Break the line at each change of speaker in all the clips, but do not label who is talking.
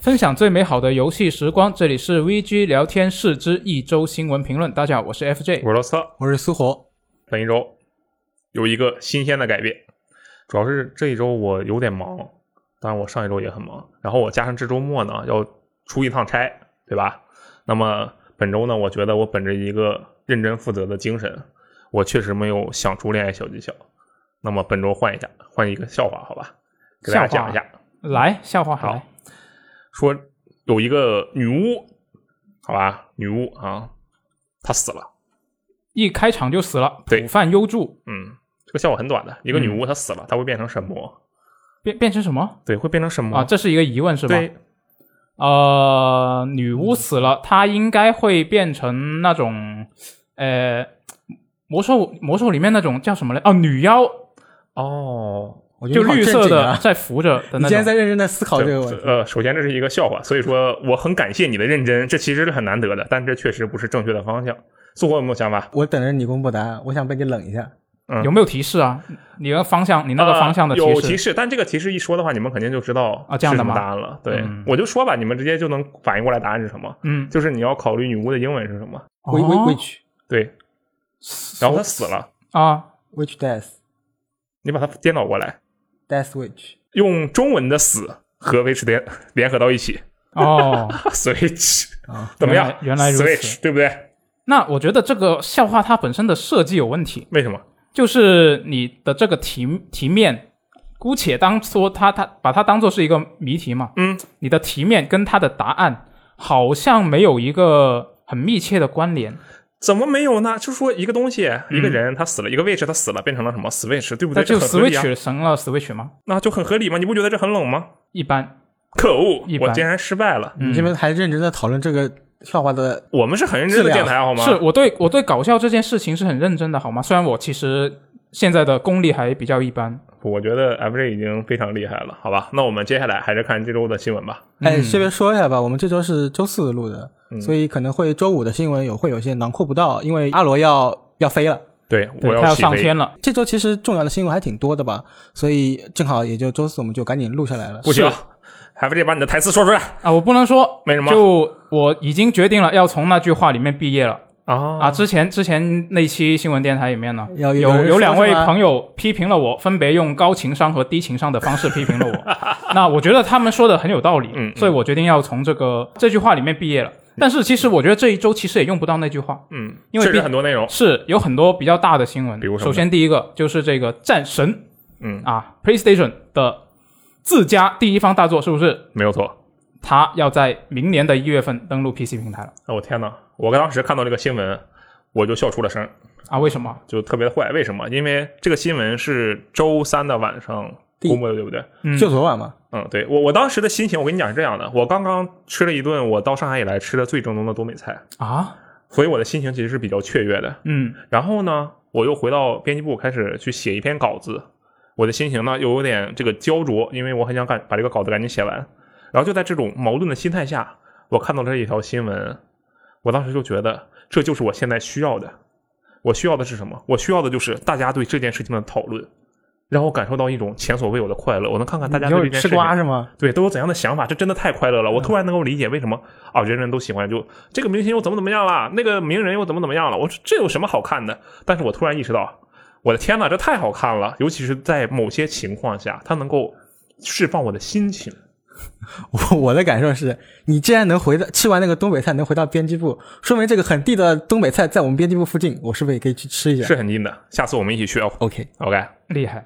分享最美好的游戏时光，这里是 VG 聊天室之一周新闻评论。大家好，我是 FJ。
我是老四，
我是苏活，
本一周有一个新鲜的改变，主要是这一周我有点忙，当然我上一周也很忙，然后我加上这周末呢要出一趟差，对吧？那么本周呢，我觉得我本着一个认真负责的精神，我确实没有想出恋爱小技巧。那么本周换一下，换一个笑话，好吧？给大家
笑话
讲一下，
来，笑话
好
来，
说有一个女巫，好吧，女巫啊，她死了。
一开场就死了，
对
普泛优助
嗯，这个笑话很短的，一个女
嗯
巫她死了，她会变成什么？
变变成什么
对，会变成什么？
嗯
啊？这是一个疑问是吧？
对，
呃，女巫死了，她应该会变成那种，呃，魔兽魔兽里面那种叫什么来？哦，女妖，
哦，
我觉
就
得你好
绿色
正经
的、
啊，
在扶着的
你
那
竟
种。
然在认真的
哦
思考这个问
这
题，
呃，首先这是一个笑话，所以说我很感谢你的认真，这其实是很难得的，但这确实不是正确的方向。苏活有没有想法？
我等着你公布答案，我想被你冷一下。
嗯
有没有提示啊？你的方向，你那个
呃
方向的
有
示
提示，但这个提示一说的话，你们肯定就知道
啊这样的
是什么
吗
答案了。对
嗯，
我就说吧，你们直接就能反应过来答案是什么，
嗯，
就是你要考虑女巫的英文是什么。
which which
哦
which
对，然后她死了，
啊，
which death
你把它颠倒过来，
death which
用中文的“死”和 “which” 联联合到一起
哦，
，switch
啊，
怎么样？
原来原来如此
switch 对不对？
那我觉得这个笑话它本身的设计有问题，
为什么？
就是你的这个题题面，姑且当说它它把它当做是一个谜题嘛，
嗯，
你的题面跟它的答案好像没有一个很密切的关联，
怎么没有呢？就说一个东西，一个人他死了，一个位置他死了，变成了什么 Switch，对
嗯
不
那
对？
就
这很合理啊
Switch 成了 Switch 吗？
那就很合理吗？你不觉得这很冷吗？
一般，
可恶
一，般
我竟然失败了。
嗯
你这边还认真的讨论这个笑话的，
我们是很认真的电台，好吗？
是我对我对搞笑这件事情是很认真的，好吗？虽然我其实现在的功力还比较一般，
我觉得 FJ 已经非常厉害了，好吧？那我们接下来还是看这周的新闻吧。
嗯
哎，这边说一下吧，我们这周是周四录的，所以可能会周五的新闻有会有些囊括不到，因为阿罗要要飞了。
对，
对，
我
他要
起
上
飞。
天了，
这周其实重要的新闻还挺多的吧，所以正好也就周四我们就赶紧录下来了。
不行，FJ 把你的台词说出来
啊！我不能说，
为什么
就我已经决定了要从那句话里面毕业了。
啊
啊，！之前之前那期新闻电台里面呢，
有有
有
人说
两位
是吗
朋友批评了我，分别用高情商和低情商的方式批评了我。那我觉得他们说的很有道理，
嗯嗯
所以我决定要从这个这句话里面毕业了。但是其实我觉得这一周其实也用不到那句话，
嗯，
因为
确
毕
实很多内容，
是有很多比较大的新闻。
比如什么
首先第一个就是这个《战神》
嗯，
啊，PlayStation 的自家第一方大作，是不是？
没有错。
它要在明年的一月份登陆 PC 平台了
哎，我天哪！我当时看到这个新闻，我就笑出了声。
啊？为什么？
就特别的坏。为什么？因为这个新闻是周三的晚上
第
公布的，对不对？
嗯
就昨晚嘛，
嗯，对我我当时的心情，我跟你讲是这样的：我刚刚吃了一顿我到上海以来吃的最正宗的东北菜，
啊？
所以我的心情其实是比较雀跃的。
嗯
然后呢，我又回到编辑部开始去写一篇稿子，我的心情呢又有点这个焦灼，因为我很想赶把这个稿子赶紧写完。然后就在这种矛盾的心态下，我看到了这一条新闻，我当时就觉得这就是我现在需要的。我需要的是什么？我需要的就是大家对这件事情的讨论，让我感受到一种前所未有的快乐。我能看看大家
你
对
有
这件事
吃
情
瓜是吗？
对，都有怎样的想法？这真的太快乐了！我
嗯
突然能够理解为什么啊，人人都喜欢就这个明星又怎么怎么样了，那个名人又怎么怎么样了。我说这有什么好看的？但是我突然意识到，我的天呐，这太好看了！尤其是在某些情况下，它能够释放我的心情。
我 我的感受是，你既然能回到吃完那个东北菜，能回到编辑部，说明这个很地道的东北菜在我们编辑部附近，我是不是也可以去吃一下
是很近的，下次我们一起去哦。
？OK，
OK，
厉害。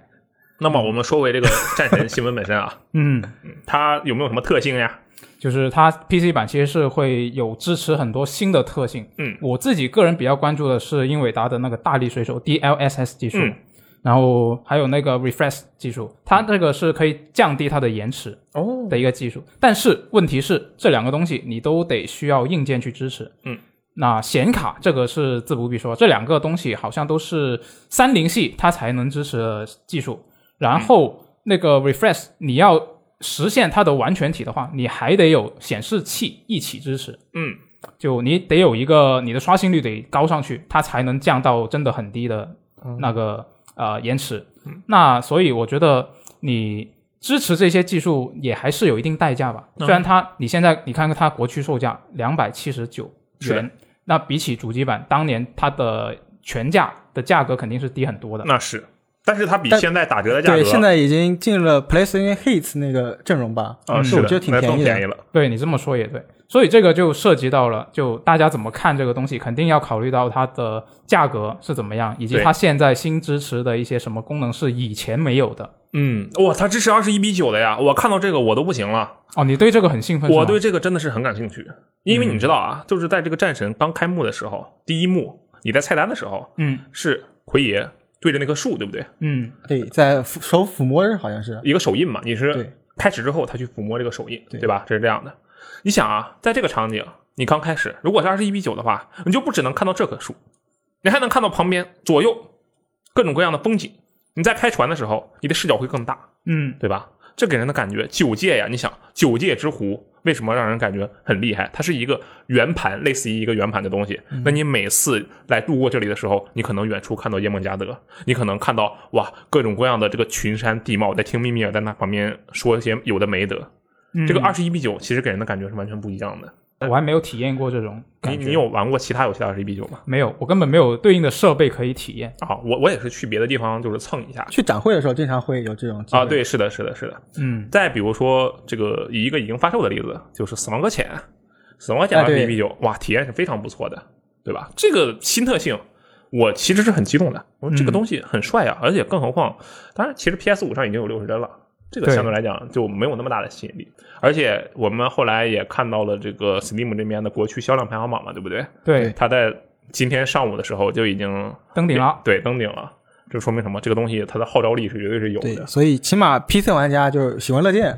那
嗯
么我们说回这个战神新闻本身啊，
嗯，
它有没有什么特性呀？
就是它 PC 版其实是会有支持很多新的特性。
嗯
我自己个人比较关注的是英伟达的那个大力水手 DLSS 技术，
嗯
然后还有那个 Refresh 技术，它这个是可以降低它的延迟
哦，
的一个技术。但是问题是，这两个东西你都得需要硬件去支持。
嗯。
那显卡这个是自不必说，这两个东西好像都是三零系它才能支持的技术。然后那个 refresh 你要实现它的完全体的话，你还得有显示器一起支持，
嗯，
就你得有一个你的刷新率得高上去，它才能降到真的
嗯
很低的那个、呃延迟。那所以我觉得你支持这些技术也还是有一定代价吧。
嗯
虽然它你现在你看看它国区售价两百七十九
是的
元，那比起主机版当年它的全价的价格肯定是低很多的。
那是，但是它比
嗯但
现在打折的价格，
对，现在已经进了 PlayStation Hits 那个阵容吧？
啊，
是
是
嗯我
的，
觉得挺
那
便
更
宜
便宜
的。
了。
对你这么说也对，所以这个就涉及到了，就大家怎么看这个东西，肯定要考虑到它的价格是怎么样，以及
对
它现在新支持的一些什么功能是以前没有的。
嗯，哇，它支持二十一比九的呀！我看到这个我都不行了，
哦，你对这个很兴奋是吗？
我对这个真的是很感兴趣，因为
嗯
你知道啊，就是在这个战神刚开幕的时候，第一幕你在菜单的时候
嗯
是奎爷对着那棵树，对不对？
嗯
对，在抚手抚摸日好像是。
一个手印嘛，你
对
是开始之后他去抚摸这个手印，
对
对吧？这是这样的。你想啊，在这个场景，你刚开始如果是二十一比九的话，你就不只能看到这棵树，你还能看到旁边左右各种各样的风景。你在开船的时候，你的视角会更大，
嗯，
对吧？这给人的感觉，九界呀，你想九界之湖为什么让人感觉很厉害？它是一个圆盘，类似于一个圆盘的东西。
嗯
那你每次来路过这里的时候，你可能远处看到耶梦加德，你可能看到哇各种各样的这个群山地貌，在听秘密尔在那旁边说一些有的没的。
嗯
这个二十一比九其实给人的感觉是完全不一样的。
我还没有体验过这种感
你
觉。
你有玩过其他游戏的二十一比九吗？
没有？我根本没有对应的设备可以体验。
啊，我我也是去别的地方就是蹭一下
去展会的时候，经常会有这种机会
啊。，对，是的，是的，是的。
嗯
再比如说，这个以一个已经发售的例子，就是《死亡搁浅》，《死亡搁浅
啊》对
B B 九，哇，体验是非常不错的，对吧？这个新特性，我其实是很激动的。我说
嗯
这个东西很帅啊，而且更何况，当然，其实 P S 五上已经有六十帧了。这个
对
相对来讲就没有那么大的吸引力，而且我们后来也看到了这个 Steam 这边的国区销量排行榜嘛，对不对？
对，
它在今天上午的时候就已经
登顶了。
对，登顶了。这说明什么？这个东西它的号召力是绝对是有
对，
的。
所以起码 PC 玩家就是喜闻乐见。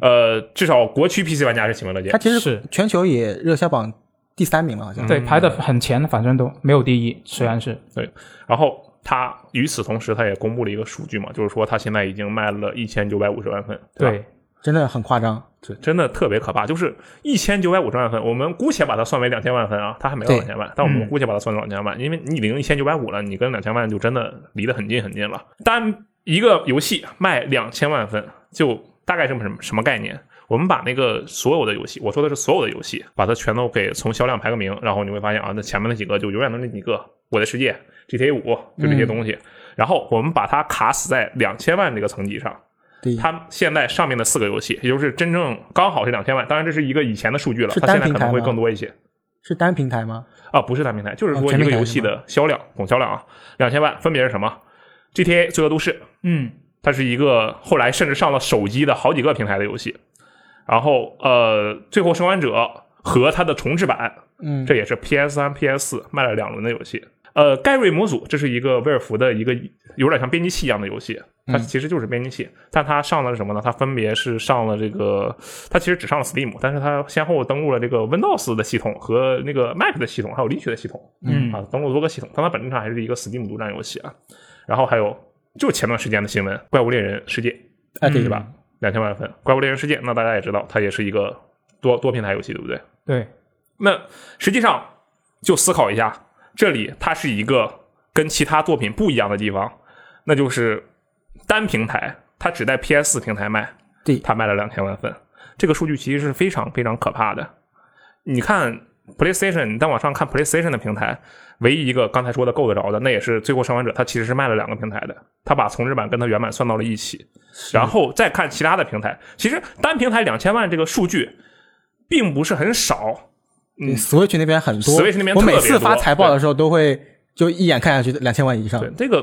呃，至少国区 PC 玩家是喜闻乐见
它。其实
是
全球也热销榜第三名了，好
嗯
像。
对，排的很前，反正都没有第一，虽然是
对，然后它与此同时，它也公布了一个数据嘛，就是说它现在已经卖了一千九百五十万份，吧？
对，
真的很夸张。
对，真的特别可怕，就是一千九百五十万份，我们姑且把它算为两千万份啊，它还没到
对
两千万，但我们
嗯
姑且把它算成两千万，因为你已经一千九百五了，你跟两千万就真的离得很近很近了。单一个游戏卖两千万份，就大概这么什么什么概念？我们把那个所有的游戏，我说的是所有的游戏，把它全都给从销量排个名，然后你会发现啊，那前面那几个就永远都是那几个，《我的世界》、GTA 五就这些东西，然后我们把它卡死在两千万这个层级上，
对，
它现在上面的四个游戏，也就是真正刚好是两千万，当然这是一个以前的数据了，
是
它
单
现在可
平台
能会
吗
更多一些
是单平台吗？
啊，不是单平台，就是
啊
说
全
一
平
个
台
游
是
戏
吗
的销量总销量啊，两千万分别是什么？GTA 罪恶都市，
嗯
它是一个后来甚至上了手机的好几个平台的游戏，然后呃，最后生还者和它的重置版，
嗯，
这也是 PS 三、PS 四卖了两轮的游戏。呃，盖瑞模组这是一个威尔福的一个有点像编辑器一样的游戏，
嗯
它其实就是编辑器，但它上了什么呢？它分别是上了这个，它其实只上了 Steam，但是它先后登录了这个 Windows 的系统和那个 Mac 的系统，还有 Linux 的系统，
嗯
啊，登录多个系统，但它本质上还是一个 Steam 独占游戏啊。然后还有就前段时间的新闻，《怪物猎人世界》
哎对
对吧？两千万份，《怪物猎人世界》那大家也知道，它也是一个多多平台游戏，对不对？
对，
那实际上就思考一下，这里它是一个跟其他作品不一样的地方，那就是单平台，它只在 PS 平台卖，
对
它卖了两千万份，这个数据其实是非常非常可怕的。你看 PlayStation，你再往上看 PlayStation 的平台，唯一一个刚才说的够得着的，那也是《最后生还者》，它其实是卖了两个平台的，它把重置版跟它原版算到了一起，然后再看其他的平台，其实单平台两千万这个数据并不是很少，
对 Switch 那边很多
嗯 Switch 那边
我
特别
每次发
多
财报的时候都会就一眼看下去两千万以上
对。，这个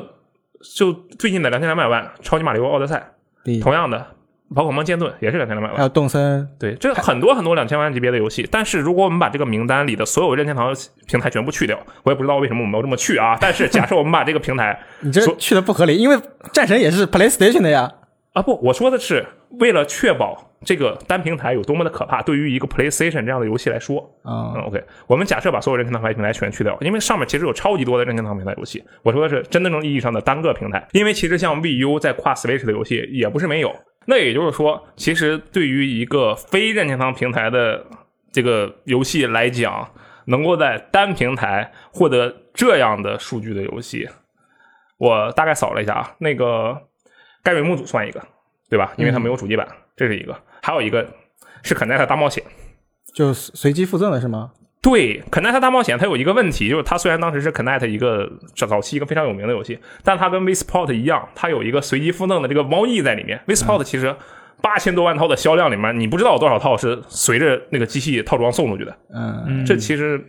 就最近的两千两百万，超级马里奥奥德赛，
对，啊
同样的，宝可梦剑盾也是两千两百
还
万。
有动森，
对，这很多很多两千万级别的游戏，但是如果我们把这个名单里的所有任天堂平台全部去掉，我也不知道为什么我们要这么去啊。但是假设我们把这个平台
你这
所
去的不合理，因为战神也
嗯
是 PlayStation 的呀。
啊不，我说的是为了确保这个单平台有多么的可怕，对于一个 PlayStation 这样的游戏来说，
啊、
嗯，OK，我们假设把所有任天堂牌平台全去掉，因为上面其实有超级多的任天堂平台游戏。我说的是真的正意义上的单个平台，因为其实像 VU 在跨 Switch 的游戏也不是没有。那也就是说，其实对于一个非任天堂平台的这个游戏来讲，能够在单平台获得这样的数据的游戏，我大概扫了一下啊，那个盖瑞姆组算一个，对对吧？因为它没有主机版，这是一个。还有一个是肯奈特大冒险。
就随机附赠的是吗？
对，肯奈特大冒险它有一个问题，就是它虽然当时是肯奈特一个早早期一个非常有名的游戏，但它跟 Vsport 一样，它有一个随机附赠的这个猫腻在里面。Vsport
嗯
其实八千多万套的销量里面，你不知道有多少套是随着那个机器套装送出去的。
嗯，
这其实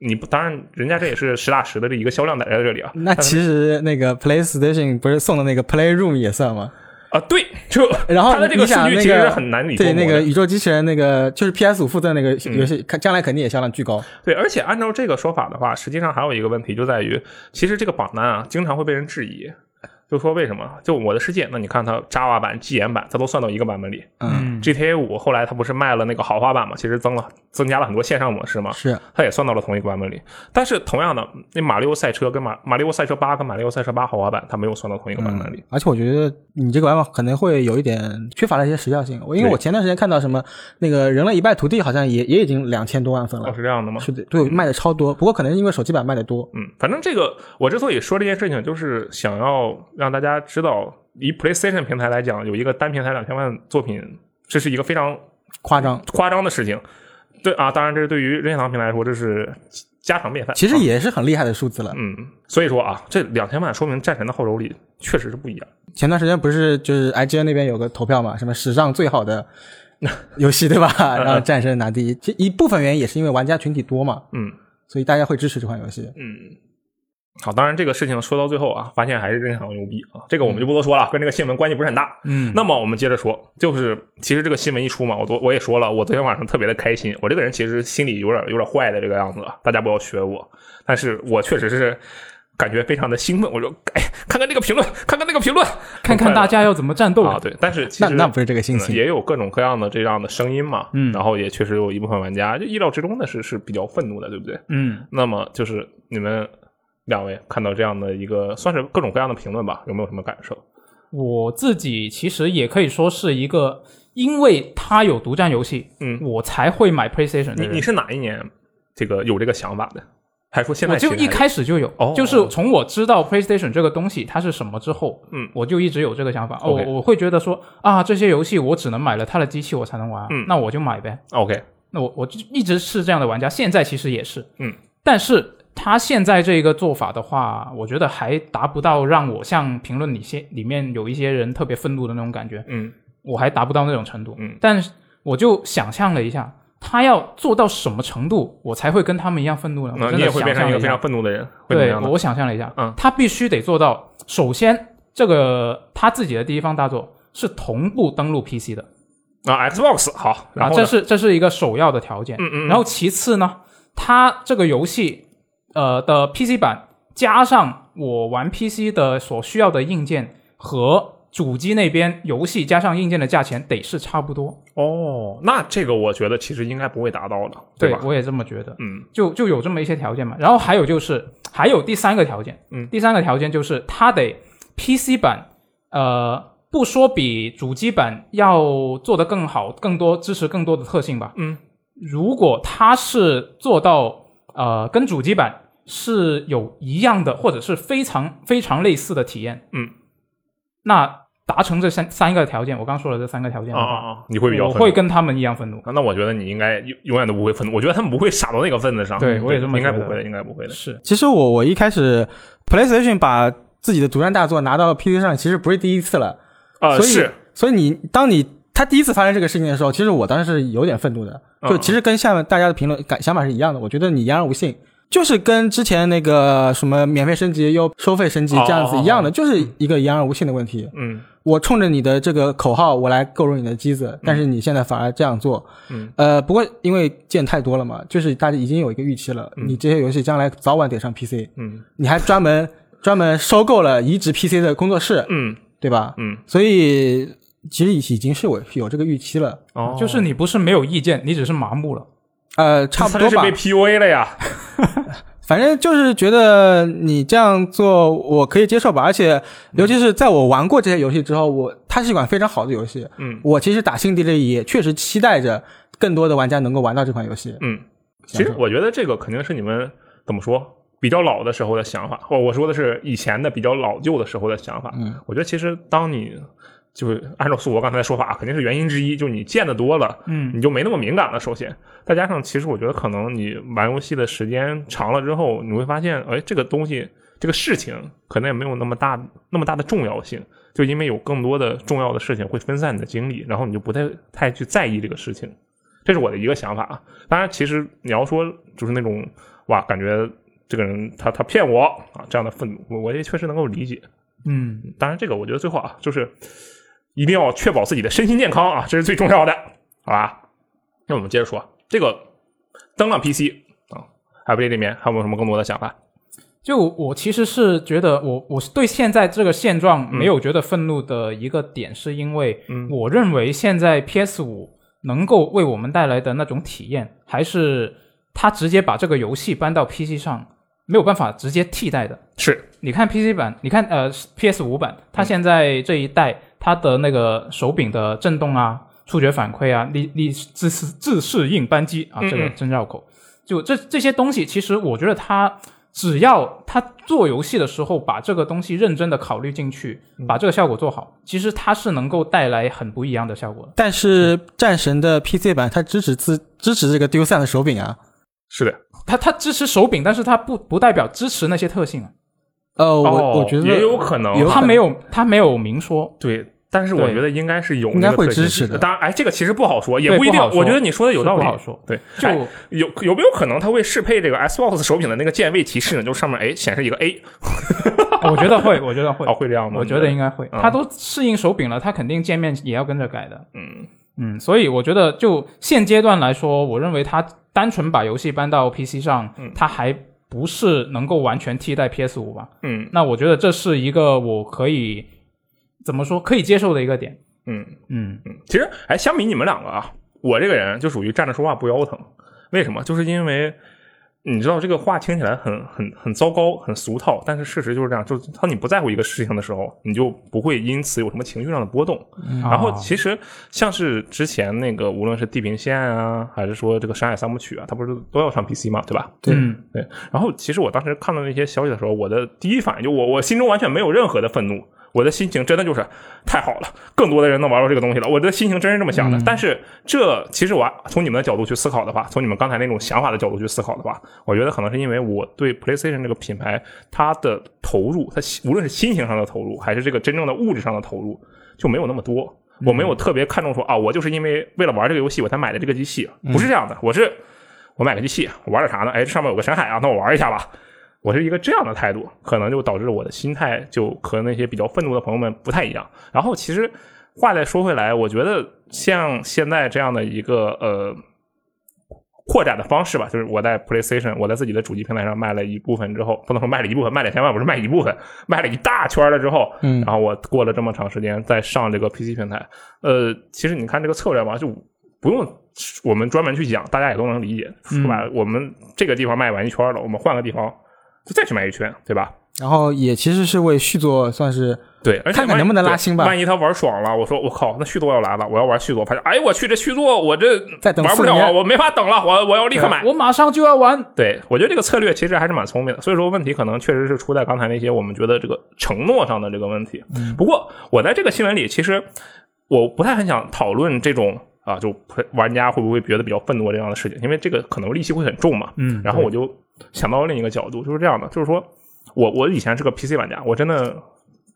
你不，当然人家这也是实打实的这一个销量在在这里啊。
那其实那个 PlayStation 不是送的那个 Playroom 也算吗？
啊，对，就
然后
它的这
你
数
想
据
那
其实
个
是很难以捉
对，
摸
那个
的嗯
宇宙机器人那个就是 PS 五附赠那个游戏，看将来肯定也销量巨高。
对，而且按照这个说法的话，实际上还有一个问题就在于，其实这个榜单啊，经常会被人质疑，就说为什么？就我的世界，那你看它 Java 版、G 岩版，它都算到一个版本里。
嗯，
GTA 五后来它不是卖了那个豪华版嘛，其实增了增加了很多线上模式嘛，
是
它也算到了同一个版本里。但是同样的，那马里奥赛车跟马马里奥赛车八跟马里奥赛车八豪华版，它没有算到同一个版本里。
而且我觉得你这个玩法可能会有一点缺乏了一些时效性。我因为
对
我前段时间看到什么那个《人类一败涂地》好像也也已经两千多万份
哦，
了，
是这样的吗？
是的，对，卖的超多。不过可能是因为手机版卖的多，
嗯，反正这个我之所以说这件事情，就是想要让大家知道，以 PlayStation 平台来讲，有一个单平台两千万作品，这是一个非常
夸张。
夸张的事情。对啊，当然这是对于任天堂平台来说，这是家常便饭。
其实
啊
也是很厉害的数字了。
嗯，所以说啊，这两千万说明战神的后手里确实是不一样。
前段时间不是就是 IGN 那边有个投票嘛，什么史上最好的游戏对吧？
嗯
然后战神拿第一，其实一部分原因也是因为玩家群体多嘛，
嗯
所以大家会支持这款游戏。
嗯，好，当然这个事情说到最后啊，发现还是任天堂牛逼啊，这个我们就不多说了，跟这个新闻关系不是很大。
嗯，
那么我们接着说，就是其实这个新闻一出嘛，我昨我也说了，我昨天晚上特别的开心。我这个人其实心里有点有点坏的这个样子，大家不要学我。但是我确实是感觉非常的兴奋，我说，哎，看看这个评论，看看这个评论，
看看大家要怎么战斗。
啊，对。但是其
那
实
那不是这个
嗯
心情，
也有各种各样的这样的声音嘛，
嗯
然后也确实有一部分玩家就意料之中的是是比较愤怒的，对不对？
嗯，
那么就是你们两位看到这样的一个算是各种各样的评论吧，有没有什么感受？
我自己其实也可以说是一个，因为它有独占游戏，
嗯
我才会买 PlayStation 的
你
人。
你是哪一年这个有这个想法的？还是说现在
我就
其实
一
还
开始就有，
哦
就是从我知道 PlayStation 这个东西它是什么之后，
嗯
我就一直有这个想法。哦，
OK
我我会觉得说啊，这些游戏我只能买了它的机器我才能玩，啊
嗯
那我就买呗。
OK？
那我我就一直是这样的玩家，现在其实也是，
嗯，
但是他现在这个做法的话，我觉得还达不到让我像评论里些里面有一些人特别愤怒的那种感觉，
嗯
我还达不到那种程度，
嗯，
但是我就想象了一下，他要做到什么程度，我才会跟他们一样愤怒呢？
那
我
你
真
也
的
会
想
变成
象
一
了
个
一
非
下
常，愤怒的人，会怎么
对
样呢？
我想象了一下，
嗯
他必须得做到，首先这个他自己的第一方大作是同步登录 PC 的，
啊，Xbox 好，然
啊，
后
这
呢？
是这是一个首要的条件。
嗯嗯嗯
然后其次呢，它这个游戏呃的 PC 版加上我玩 PC 的所需要的硬件和主机那边游戏加上硬件的价钱得是差不多。
哦，那这个我觉得其实应该不会达到的，
对
吧？
我也这么觉得，
嗯
就就有这么一些条件嘛。然后还有就是还有第三个条件，
嗯
第三个条件就是它得 PC 版呃。不说比主机版要做得更好，更多支持更多的特性吧，
嗯，
如果它是做到呃跟主机版是有一样的，或者是非常非常类似的体验，
嗯，
那达成这三三个条件，我刚说了这三个条件的
啊
话，
啊啊，你会比较
我
愤怒
会跟他们一样愤怒。
啊那我觉得你应该永永远都不会愤怒，我觉得他们不会傻到那个份子上。
对我也这么
应该
觉
不
得
会的，应该不会的。
是，
其实我我一开始 PlayStation 把自己的独占大作拿到 PC 上，其实不是第一次了。
啊，
所以
是，
所以你当你他第一次发生这个事情的时候，其实我当时是有点愤怒的，
嗯
就其实跟下面大家的评论感想法是一样的。我觉得你言而无信，就是跟之前那个什么免费升级又收费升级这样子一
哦
样的，就是一个言而无信的问题。
嗯
我冲着你的这个口号，我来购入你的机子，但是你现在反而这样做，
嗯，
呃，不过因为见太多了嘛，就是大家已经有一个预期了，你这些游戏将来早晚得上 PC，
嗯
你还专门专门收购了移植 PC 的工作室，
嗯
对吧？
嗯，
所以其实已经是我有这个预期了，
哦
就是你不是没有意见，你只是麻木了。
呃，差不
他
多
这是
吧
被。PUA 了呀。
反正就是觉得你这样做我可以接受吧，而且尤其是在我玩过这些游戏之后，我它是一款非常好的游戏。
嗯
我其实打心底里也确实期待着更多的玩家能够玩到这款游戏。
嗯，其实我觉得这个肯定是你们怎么说比较老的时候的想法，或我说的是以前的比较老旧的时候的想法。
嗯，
我觉得其实当你就是按照苏博刚才的说法，肯定是原因之一，就是你见的多了，
嗯
你就没那么敏感了。首先，再加上其实我觉得可能你玩游戏的时间长了之后，你会发现，哎，这个东西这个事情可能也没有那么大那么大的重要性，就因为有更多的重要的事情会分散你的精力，然后你就不太太去在意这个事情。这是我的一个想法啊。当然，其实你要说就是那种哇，感觉这个人他他骗我啊这样的愤怒，我我也确实能够理解。
嗯，
当然，这个我觉得最后啊，就是一定要确保自己的身心健康啊，这是最重要的，好吧？那我们接着说这个登上 PC 啊，还不这里面还有没有什么更多的想法？
就我其实是觉得我我是对现在这个现状没有觉得愤怒的一个点，是因为
嗯
我认为现在 PS 五能够为我们带来的那种体验，还是它直接把这个游戏搬到 PC 上没有办法直接替代的。
是，
你看 PC 版，你看呃 PS 五版，
嗯
它现在这一代它的那个手柄的震动啊、触觉反馈啊、力力自适自适应扳机啊，
嗯
这个
嗯
真绕口。就这这些东西，其实我觉得它只要它做游戏的时候把这个东西认真的考虑进去，
嗯
把这个效果做好，其实它是能够带来很不一样的效果的。
但是战神的 PC 版它支持自支持这个 DualSense 手柄啊。
是的，
它它支持手柄，但是它不不代表支持那些特性啊，
呃，我、
哦
我觉得
也有可能啊
有可
它没有它没有明说。
对，但是我
对
觉得应该是有
应该
那个
会
特性
支持的
当然，哎，这个其实不好说，也
对
不一定
不好。说
我觉得你说的有道理，
是不好说
对，
就
哎有有没有可能它会适配这个 Xbox 手柄的那个键位提示呢？就上面哎显示一个 A，
我觉得会，我觉得会
哦，，会这样吗？
我觉得应该会，
嗯
它都适应手柄了，它肯定界面也要跟着改的。
嗯
嗯，所以我觉得就现阶段来说，我认为它单纯把游戏搬到 PC 上，
嗯
它还不是能够完全替代 PS 五吧？
嗯
那我觉得这是一个我可以怎么说可以接受的一个点。
嗯
嗯
嗯，其实哎，相比你们两个啊，我这个人就属于站着说话不腰疼。为什么？就是因为你知道这个话听起来很很很糟糕，很俗套，但是事实就是这样。就是当你不在乎一个事情的时候，你就不会因此有什么情绪上的波动。然后
啊
其实像是之前那个，无论是《地平线》啊，还是说这个《山海三部曲》啊，它不是都要上 PC 嘛，对吧？
对
嗯
对。然后其实我当时看到那些消息的时候，我的第一反应就我我心中完全没有任何的愤怒，我的心情真的就是太好了，更多的人能玩到这个东西了，我的心情真是这么想的。但是这其实我从你们的角度去思考的话，从你们刚才那种想法的角度去思考的话，我觉得可能是因为我对 PlayStation 这个品牌它的投入，它心无论是心情上的投入，还是这个真正的物质上的投入，就没有那么多。我没有特别看重说啊，我就是因为为了玩这个游戏我才买的这个机器，不是这样的，我是我买个机器，我玩点啥呢？哎，这上面有个深海啊，那我玩一下吧。我是一个这样的态度，可能就导致我的心态就和那些比较愤怒的朋友们不太一样。然后其实话再说回来，我觉得像现在这样的一个呃扩展的方式吧，就是我在 PlayStation，我在自己的主机平台上卖了一部分之后，不能说卖了一部分，卖两千万不是卖一部分，卖了一大圈了之后，
嗯
然后我过了这么长时间再上这个 PC 平台，呃，其实你看这个策略嘛，就不用我们专门去讲，大家也都能理解，
嗯
是吧？我们这个地方卖完一圈了，我们换个地方就再去卖一圈，对吧？
然后也其实是为续作算是
对，而且
看看
万一
能不能拉
对
新吧
万一他玩爽了，我说我靠，那续作要来了，我要玩续作，发现哎我去这续作我这
再等
玩不
四
了啊，
年
我没法等了，我我要立刻买。
我马上就要玩。
对，我觉得这个策略其实还是蛮聪明的。所以说，问题可能确实是出在刚才那些我们觉得这个承诺上的这个问题。不过，我在这个新闻里，其实我不太很想讨论这种啊，就玩家会不会觉得比较愤怒这样的事情，因为这个可能戾气会很重嘛。
嗯
然后我就想到另一个角度，就是这样的，就是说我我以前是个 PC 玩家，我真的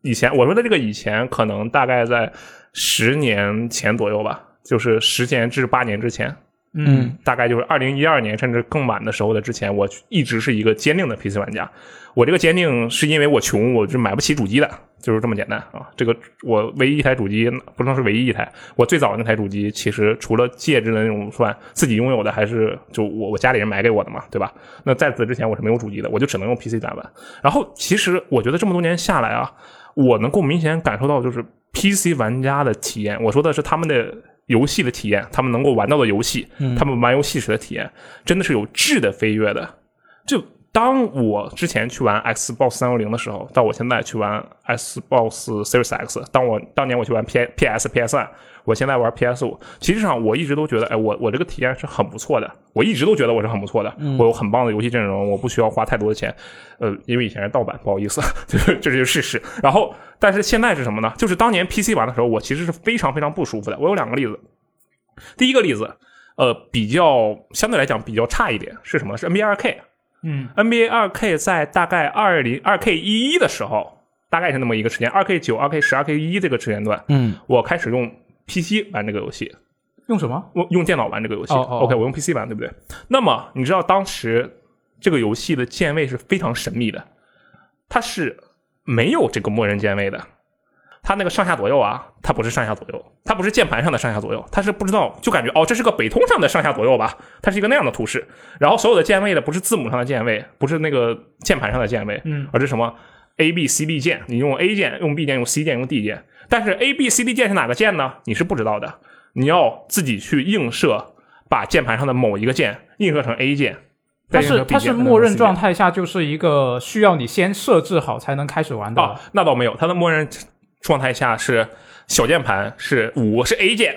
以前我说的这个以前，可能大概在十年前左右吧，就是十年至八年之前。
嗯
大概就是二零一二年甚至更晚的时候的之前，我一直是一个坚定的 PC 玩家。我这个坚定是因为我穷，我就买不起主机的，就是这么简单啊。这个我唯一一台主机，不能说唯一一台，我最早那台主机其实除了介质的那种算自己拥有的，还是就我我家里人买给我的嘛，对吧？那在此之前我是没有主机的，我就只能用 PC 在玩。然后其实我觉得这么多年下来啊，我能够明显感受到就是 PC 玩家的体验，我说的是他们的游戏的体验，他们能够玩到的游戏，他们玩游戏时的体验，真的是有质的飞跃的。就当我之前去玩 Xbox 三六零的时候，到我现在去玩 Xbox Series X，当我当年我去玩 P P S P S 2我现在玩 P S 五，其实上我一直都觉得，哎，我我这个体验是很不错的，我一直都觉得我是很不错的，我有很棒的游戏阵容，我不需要花太多的钱，呃，因为以前是盗版，不好意思， 就是这就是事实。然后，但是现在是什么呢？就是当年 PC 玩的时候，我其实是非常非常不舒服的。我有两个例子，第一个例子，呃，比较相对来讲比较差一点是什么呢？是 NBA 二 K。
嗯
NBA 二 K 在大概二零二 K 一一的时候，大概是那么一个时间，二 K 九、二 K 十、二 K 一这个时间段，
嗯，
我开始用 PC 玩这个游戏，
用什么？
我用电脑玩这个游戏。
哦哦哦
OK，我用 PC 玩，对不对？那么你知道当时这个游戏的键位是非常神秘的，它是没有这个默认键位的。它那个上下左右啊，它不是上下左右，它不是键盘上的上下左右，它是不知道就感觉哦，这是个北通上的上下左右吧，它是一个那样的图示。然后所有的键位呢，不是字母上的键位，不是那个键盘上的键位，
嗯，
而是什么 A B C D 键，你用 A 键、用 B 键、用 C 键、用 D 键。但是 A B C D 键是哪个键呢？你是不知道的，你要自己去映射，把键盘上的某一个键映射成 A 键。再
它
映射
是
B
它是
键
默认状
态
态下就是一个需要你先设置好才能开始玩的。
啊？那倒没有，它的默认状态下是小键盘是五是 A 键。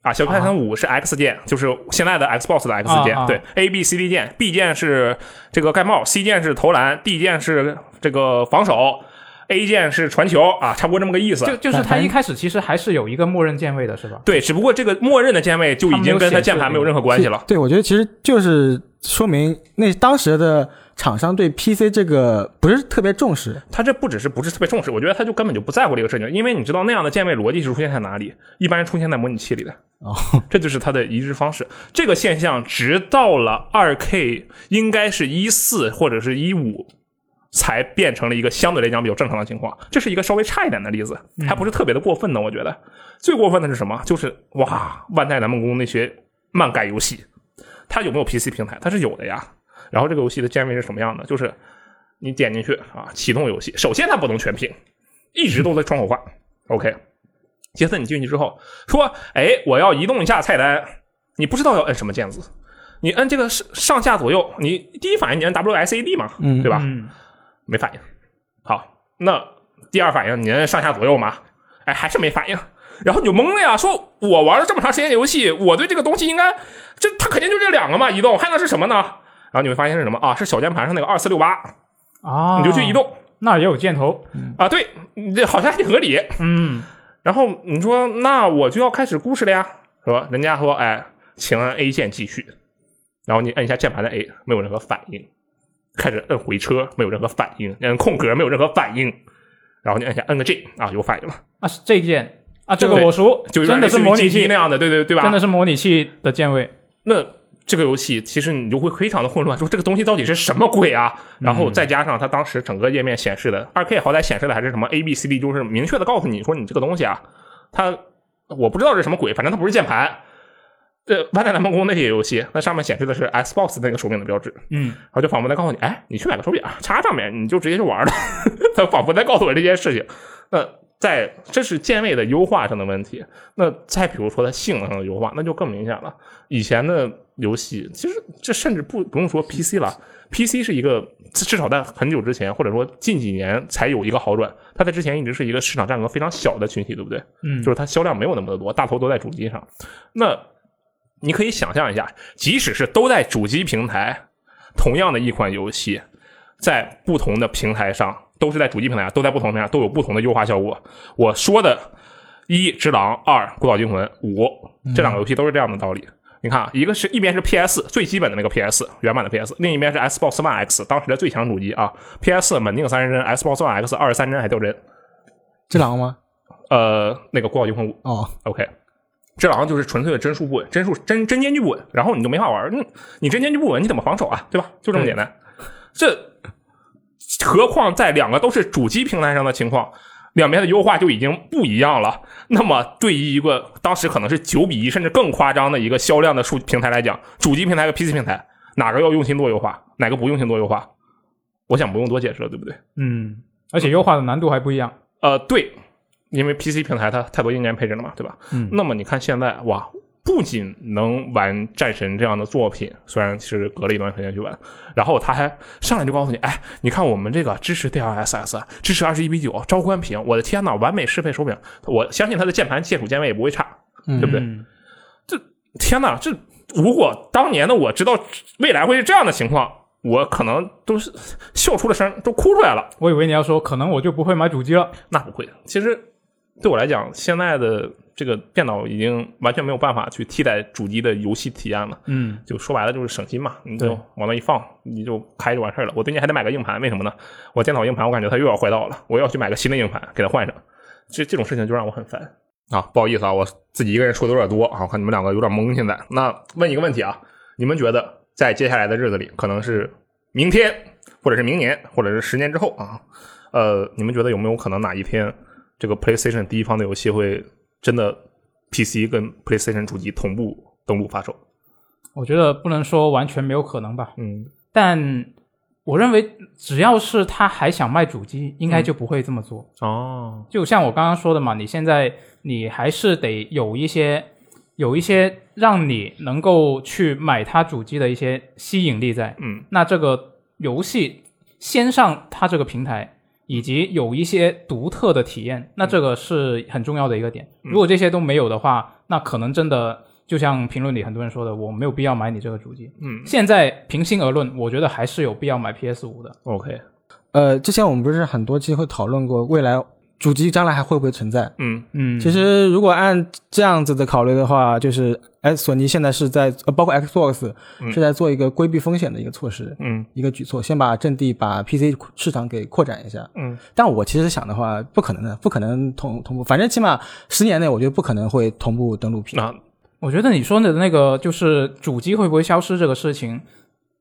啊，小键盘五是 X 键，就是现在的 Xbox 的 X 键，
啊啊
对，A B C D 键，B 键是这个盖帽，C 键是投篮，D 键是这个防守，A 键是传球啊，差不多这么个意思。
就就是它一开始其实还是有一个默认键位的，是吧？
对，只不过这个默认的键位就已经跟它键盘没有任何关系了。
对，我觉得其实就是说明那当时的厂商对 PC 这个不是特别重视。
它这不只是不是特别重视，我觉得它就根本就不在乎这个事情，因为你知道那样的键位逻辑是出现在哪里，一般是出现在模拟器里的。
哦，
这就是它的移植方式。这个现象直到了二 K，应该是一四或者是一五。才变成了一个相对来讲比较正常的情况，这是一个稍微差一点的例子，还不是特别的过分的。我觉得最过分的是什么？就是哇，万代南梦宫那些漫改游戏，它有没有 PC 平台？它是有的呀。然后这个游戏的键位是什么样的？就是你点进去啊，启动游戏，首先它不能全屏，一直都在窗口化。OK，杰森，你进去之后说，哎，我要移动一下菜单，你不知道要摁什么键子，你摁这个是上下左右，你第一反应你摁 WSAD 嘛，
嗯
对吧？
嗯，
没反应。好，那第二反应你摁上下左右嘛，哎，还是没反应。然后你就懵了呀，说我玩了这么长时间游戏，我对这个东西应该这它肯定就这两个嘛，移动还能是什么呢？然后你会发现是什么啊？是小键盘上那个二四六八，
啊，
你就去移动
那儿也有箭头。
啊，对，你这好像还挺合理。
嗯，
然后你说那我就要开始故事了呀，是吧？人家说哎，请按 A 键继续，然后你摁一下键盘的 A，没有任何反应，开始摁回车，没有任何反应，摁空格没有任何反应，然后你摁一下摁个 G 啊，有反应了，
啊是这一键啊，这个
对
我熟，
就有
真
点
的
类似
是
于
模拟
GT
器
那，样啊的，对对对吧？
真的是模拟器的键位。
那这个游戏其实你就会非常的混乱，说这个东西到底是什么鬼啊？然后再加上它当时整个页面显示的二 K 好歹显示的还是什么 A B C D，就是明确的告诉你说你这个东西啊，它我不知道是什么鬼，反正它不是键盘。这《万代南梦宫》那些游戏，那上面显示的是 Xbox 那个手柄的标志，
嗯，
然后就仿佛在告诉你，哎，你去买个手柄，插上面你就直接就玩了。 他仿佛在告诉我这件事情。那在这是键位的优化上的问题。那再比如说它性能上的优化，那就更明显了。以前的游戏其实这甚至不不用说 PC 了，PC 是一个至少在很久之前或者说近几年才有一个好转，它在之前一直是一个市场占额非常小的群体，对不对？
嗯
就是它销量没有那么的多，大头都在主机上。那你可以想象一下，即使是都在主机平台，同样的一款游戏，在不同的平台上，都是在主机平台，都在不同平台都有不同的优化效果。我说的一《只狼》，二《孤岛惊魂》，五这两个游戏都是这样的道理。你看，啊，一个是一边是 PS 最基本的那个 PS 原版的 PS，另一边是 Xbox One X 当时的最强主机啊，PS 稳定三十帧，Xbox One X 二十三帧还掉帧。
只狼吗？
呃，那个《孤岛惊魂五》
哦，
OK，这好像就是纯粹的帧数不稳，帧数帧帧间距不稳，然后你就没法玩儿。嗯，你帧间距不稳，你怎么防守啊？对吧？就这么简单。这何况在两个都是主机平台上的情况，两边的优化就已经不一样了。那么对于一个当时可能是九比一甚至更夸张的一个销量的数平台来讲，主机平台和 PC 平台哪个要用心做优化，哪个不用心做优化？我想不用多解释了，对不对？
嗯，而且优化的难度还不一样。
呃，对，因为 PC 平台它太多硬件配置了嘛，对吧？
嗯
那么你看现在哇，不仅能玩《战神》这样的作品，虽然是隔了一段时间去玩，然后他还上来就告诉你，哎，你看我们这个支持 DLSS，支持二十一比九，招关屏，我的天呐，完美适配手柄，我相信它的键盘、键鼠、键位也不会差，对不对？
嗯
天呐，这如果当年的我知道未来会是这样的情况，我可能都是笑出了声，都哭出来了。
我以为你要说，可能我就不会买主机了。
那不会的。其实对我来讲，现在的这个电脑已经完全没有办法去替代主机的游戏体验了。
嗯，
就说白了就是省心嘛，你就
对
往那一放，你就开就完事儿了。我最近还得买个硬盘，为什么呢？我电脑硬盘我感觉它又要坏掉了，我要去买个新的硬盘给它换上。这这种事情就让我很烦啊！不好意思啊，我自己一个人说的有点多啊，我看你们两个有点懵现在。那问一个问题啊，你们觉得在接下来的日子里，可能是明天，或者是明年，或者是十年之后啊，呃，你们觉得有没有可能哪一天这个 PlayStation 第一方的游戏会真的 PC 跟 PlayStation 主机同步登陆发售？
我觉得不能说完全没有可能吧，
嗯，
但我认为只要是他还想卖主机，应该就不会这么做。
哦，
就像我刚刚说的嘛，你现在你还是得有一些有一些让你能够去买它主机的一些吸引力在。
嗯，
那这个游戏先上它这个平台，以及有一些独特的体验，那这个是很重要的一个点。
嗯
如果这些都没有的话，那可能真的就像评论里很多人说的，我没有必要买你这个主机。
嗯，
现在平心而论，我觉得还是有必要买 PS 五的。
OK，
呃，之前我们不是很多机会讨论过，未来主机将来还会不会存在？
嗯
嗯，
其实如果按这样子的考虑的话，就是哎，索尼现在是在呃，包括 Xbox 是在做一个规避风险的一个措施。
嗯
一个举措，先把阵地把 PC 市场给扩展一下。
嗯，
但我其实想的话，不可能的，不可能同同步，反正起码十年内，我觉得不可能会同步登陆 P。
那
我觉得你说的那个就是主机会不会消失这个事情，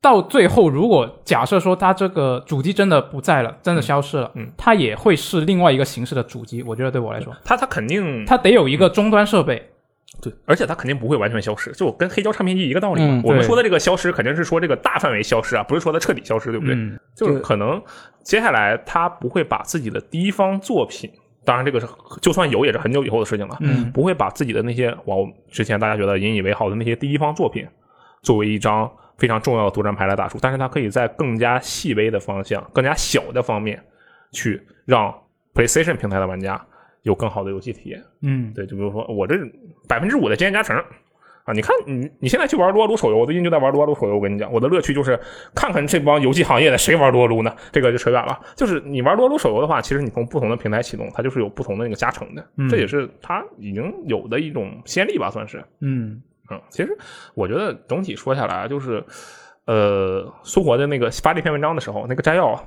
到最后如果假设说它这个主机真的不在了，真的消失了，
嗯嗯
它也会是另外一个形式的主机。我觉得对我来说，
他他肯定
嗯它得有一个终端设备。
对，而且他肯定不会完全消失，就跟黑胶唱片机一个道理嘛。
嗯
我们
对
说的这个消失，肯定是说这个大范围消失啊，不是说它彻底消失，对不对？
嗯
就是
对
可能接下来他不会把自己的第一方作品，当然这个是就算有也是很久以后的事情了，
嗯
不会把自己的那些哇，我之前大家觉得引以为豪的那些第一方作品，作为一张非常重要的独占牌来打出，但是它可以在更加细微的方向、更加小的方面，去让 PlayStation 平台的玩家有更好的游戏体验。
嗯，
对，就比如说我这百分之五的经验加成啊，你看你你现在去玩撸啊撸手游，我最近就在玩撸啊撸手游，我跟你讲，我的乐趣就是看看这帮游戏行业的谁玩撸啊撸呢？这个就扯远了。就是你玩撸啊撸手游的话，其实你从不同的平台启动，它就是有不同的那个加成的，
嗯
这也是它已经有的一种先例吧，算是。
嗯，
嗯，其实我觉得总体说下来啊就是，呃，苏活的那个发这篇文章的时候，那个摘要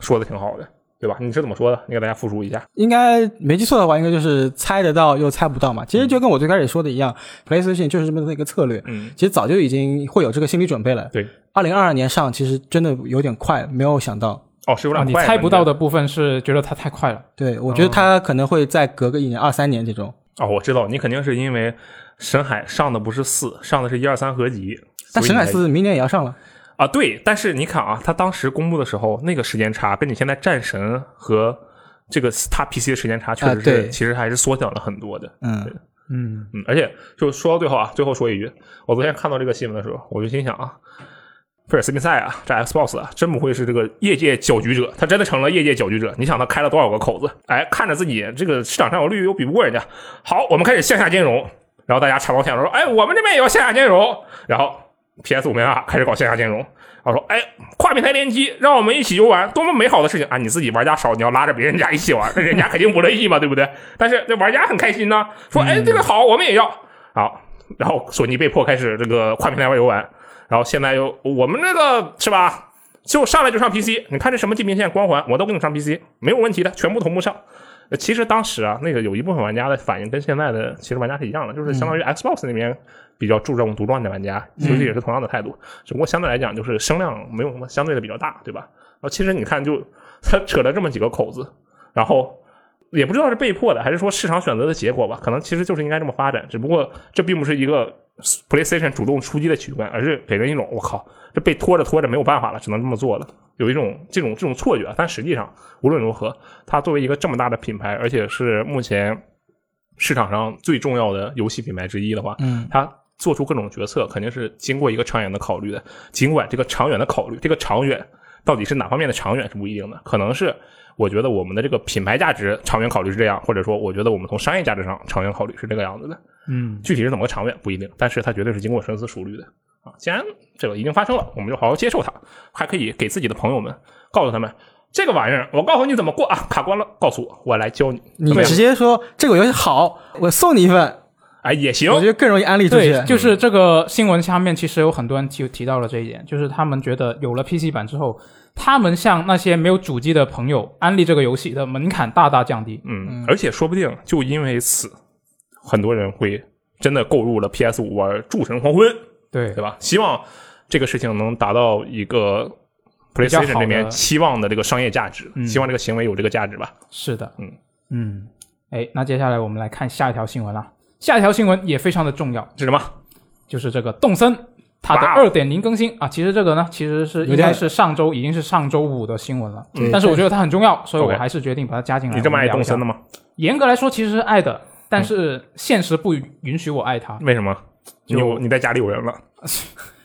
说的挺好的，对吧？你是怎么说的？你给大家复述一下。
应该没记错的话，应该就是猜得到又猜不到嘛。其实就跟我最开始说的一样、p l a y s t a t i o n 就是这么一个策略。
嗯，
其实早就已经会有这个心理准备了。
对。
二零二二年上，其实真的有点快，没有想到。
哦，是有
啊，
点
你
快、
猜不到的部分是觉得它太快了。
对，我觉得他可能会再隔个一年、二三年这种。
哦，我知道，你肯定是因为沈海上的不是四，上的是一二三合集。所
但
以
沈海
你才
四明年也要上了。
啊，对，但是你看啊，他当时公布的时候，那个时间差跟你现在战神和这个他 PC 的时间差，确
啊
实是、
对
其实还是缩小了很多的。
嗯，
嗯，
嗯，而且就说到最后啊，最后说一句，我昨天看到这个新闻的时候，我就心想啊，菲尔斯宾塞啊，这 Xbox 啊，真不愧是这个业界搅局者，他真的成了业界搅局者。你想他开了多少个口子？哎，看着自己这个市场占有率又比不过人家，好，我们开始向下兼容。然后大家插刀线说，哎，我们这边也要向下兼容。然后 PS 五没办法，开始搞向下兼容。然后说，哎，跨平台联机，让我们一起游玩，多么美好的事情啊！你自己玩家少，你要拉着别人家一起玩，那人家肯定不乐意嘛，对不对？但是这玩家很开心呢、说，哎，这个好，我们也要。好，然后索尼被迫开始这个跨平台玩游玩，然后现在又我们这个是吧？就上来就上 PC，你看这什么地平线、光环，我都给你上 PC，没有问题的，全部同步上。呃其实当时啊，那个有一部分玩家的反应跟现在的其实玩家是一样的，就是相当于 Xbox 那边比较注重独占的玩家，其实也是同样的态度，只不过相对来讲就是声量没有那么相对的比较大，对吧？然后其实你看就，他扯了这么几个口子，然后也不知道是被迫的，还是说市场选择的结果吧。可能其实就是应该这么发展，只不过这并不是一个 PlayStation 主动出击的取关，而是给人一种我靠，这被拖着拖着没有办法了，只能这么做了，有一种这种这种错觉。但实际上，无论如何，它作为一个这么大的品牌，而且是目前市场上最重要的游戏品牌之一的话，
嗯，
它做出各种决策，肯定是经过一个长远的考虑的。尽管这个长远的考虑，这个长远到底是哪方面的长远是不一定的，可能是我觉得我们的这个品牌价值长远考虑是这样，或者说我觉得我们从商业价值上长远考虑是这个样子的。
嗯，
具体是怎么个长远不一定，但是它绝对是经过深思熟虑的啊。既然这个已经发生了，我们就好好接受它，还可以给自己的朋友们告诉他们，这个玩意儿我告诉你怎么过啊，卡关了告诉我，我来教你，
你
怎么样
直？接说这个游戏好，我送你一份，
哎，也行
我，觉得更容易安利出去
对，。就是这个新闻下面其实有很多人提提到了这一点，就是他们觉得有了 PC 版之后，他们向那些没有主机的朋友安利这个游戏的门槛大大降低。
嗯，而且说不定就因为此，很多人会真的购入了 PS 五玩《诸神黄昏》，
对
对吧？希望这个事情能达到一个
比较好的
PlayStation 这边期望的这个商业价值，
嗯
希望这个行为有这个价值吧。
是的，
嗯
嗯，哎，那接下来我们来看下一条新闻啦。下一条新闻也非常的重要，
是什么？
就是这个动森它的
哇哦
二点零更新啊。其实这个呢，其实是
有
应
点
该是上周已经是上周五的新闻了，
对
但是我觉得它很重要，所以我
OK
还是决定把它加进来。
你这么爱动
森
森的？吗？嗯
严格来说，其实是爱的，但是现实不允许我爱它。
为什么？你有
就
你在家里有人了？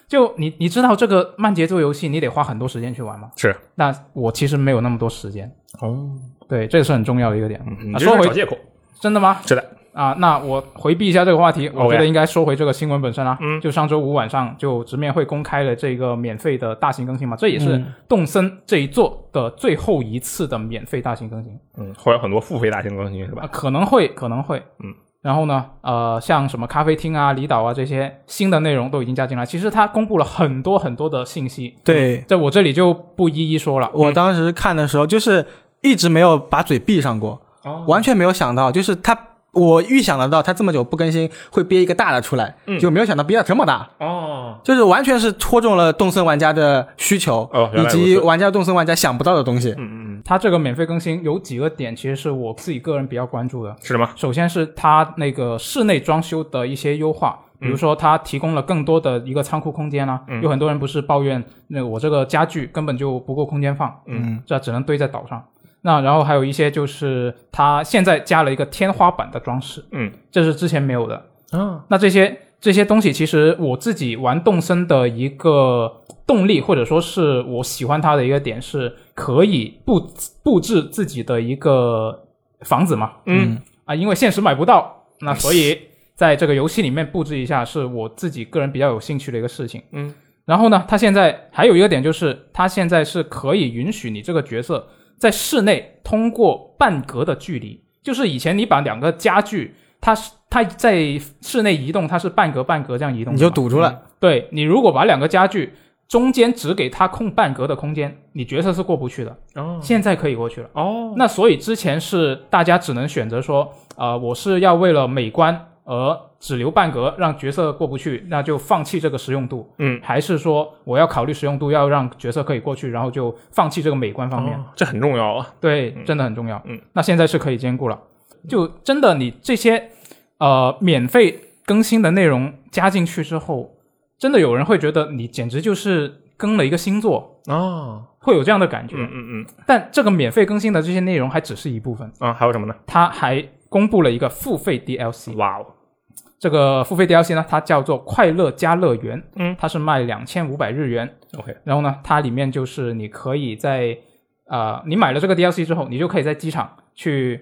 就你你知道这个慢节奏游戏，你得花很多时间去玩吗？
是。
那我其实没有那么多时间。
哦，
对，这是很重要的一个点。
嗯你
啊
这
说
是
回
找借口。
真的吗？
是的。
啊，那我回避一下这个话题，我
OK
觉得应该说回这个新闻本身啊。
嗯
就上周五晚上，就直面会公开了这个免费的大型更新嘛，这也是
嗯
动森这一座的最后一次的免费大型更新。
嗯，后来有很多付费大型更新是
啊，
吧？
可能会，可能会，
嗯。
然后呢，呃，像什么咖啡厅啊、离岛啊这些新的内容都已经加进来。其实它公布了很多很多的信息，
对
这我这里就不一一说了。
嗯
我当时看的时候，就是一直没有把嘴闭上过，
哦
完全没有想到，就是他。我预想得到，他这么久不更新会憋一个大的出来，
嗯
就没有想到憋的这么大，
哦，
就是完全是戳中了动森玩家的需求，
哦原
以
来
及
如此
玩家动森玩家想不到的东西。
嗯嗯嗯，
它这个免费更新有几个点，其实是我自己个人比较关注的。
是什么？
首先是它那个室内装修的一些优化，比如说它提供了更多的一个仓库空间啊。有很多人不是抱怨，那我这个家具根本就不够空间放，
嗯，
这只能堆在岛上。那然后还有一些就是它现在加了一个天花板的装饰，
嗯，
这是之前没有的。
啊，
那这些这些东西，其实我自己玩动森的一个动力，或者说是我喜欢它的一个点，是可以布布置自己的一个房子嘛。
嗯
啊，因为现实买不到，那
嗯
所以在这个游戏里面布置一下，是我自己个人比较有兴趣的一个事情。
嗯，
然后呢，它现在还有一个点就是，它现在是可以允许你这个角色在室内通过半格的距离，就是以前你把两个家具，它是它在室内移动，它是半格半格这样移动的嘛，
你就堵住了，
对你如果把两个家具中间只给它空半格的空间，你角色是过不去的。
嗯
哦
现在可以过去了。
哦，
那所以之前是大家只能选择说，呃，我是要为了美观而只留半格，让角色过不去，那就放弃这个实用度，
嗯，
还是说我要考虑实用度，要让角色可以过去，然后就放弃这个美观方面？
哦这很重要啊。
对，
嗯
真的很重要。
嗯，
那现在是可以兼顾了，就真的你这些呃免费更新的内容加进去之后，真的有人会觉得你简直就是更了一个星座，
哦，
会有这样的感觉。
嗯嗯嗯，
但这个免费更新的这些内容还只是一部分。
啊，还有什么呢？
它还公布了一个付费 DLC。
哇哦，
这个付费 DLC 呢，它叫做“快乐家乐园”，
嗯，
它是卖两千五百日元。
OK
然后呢，它里面就是你可以在啊、呃你买了这个 DLC 之后，你就可以在机场去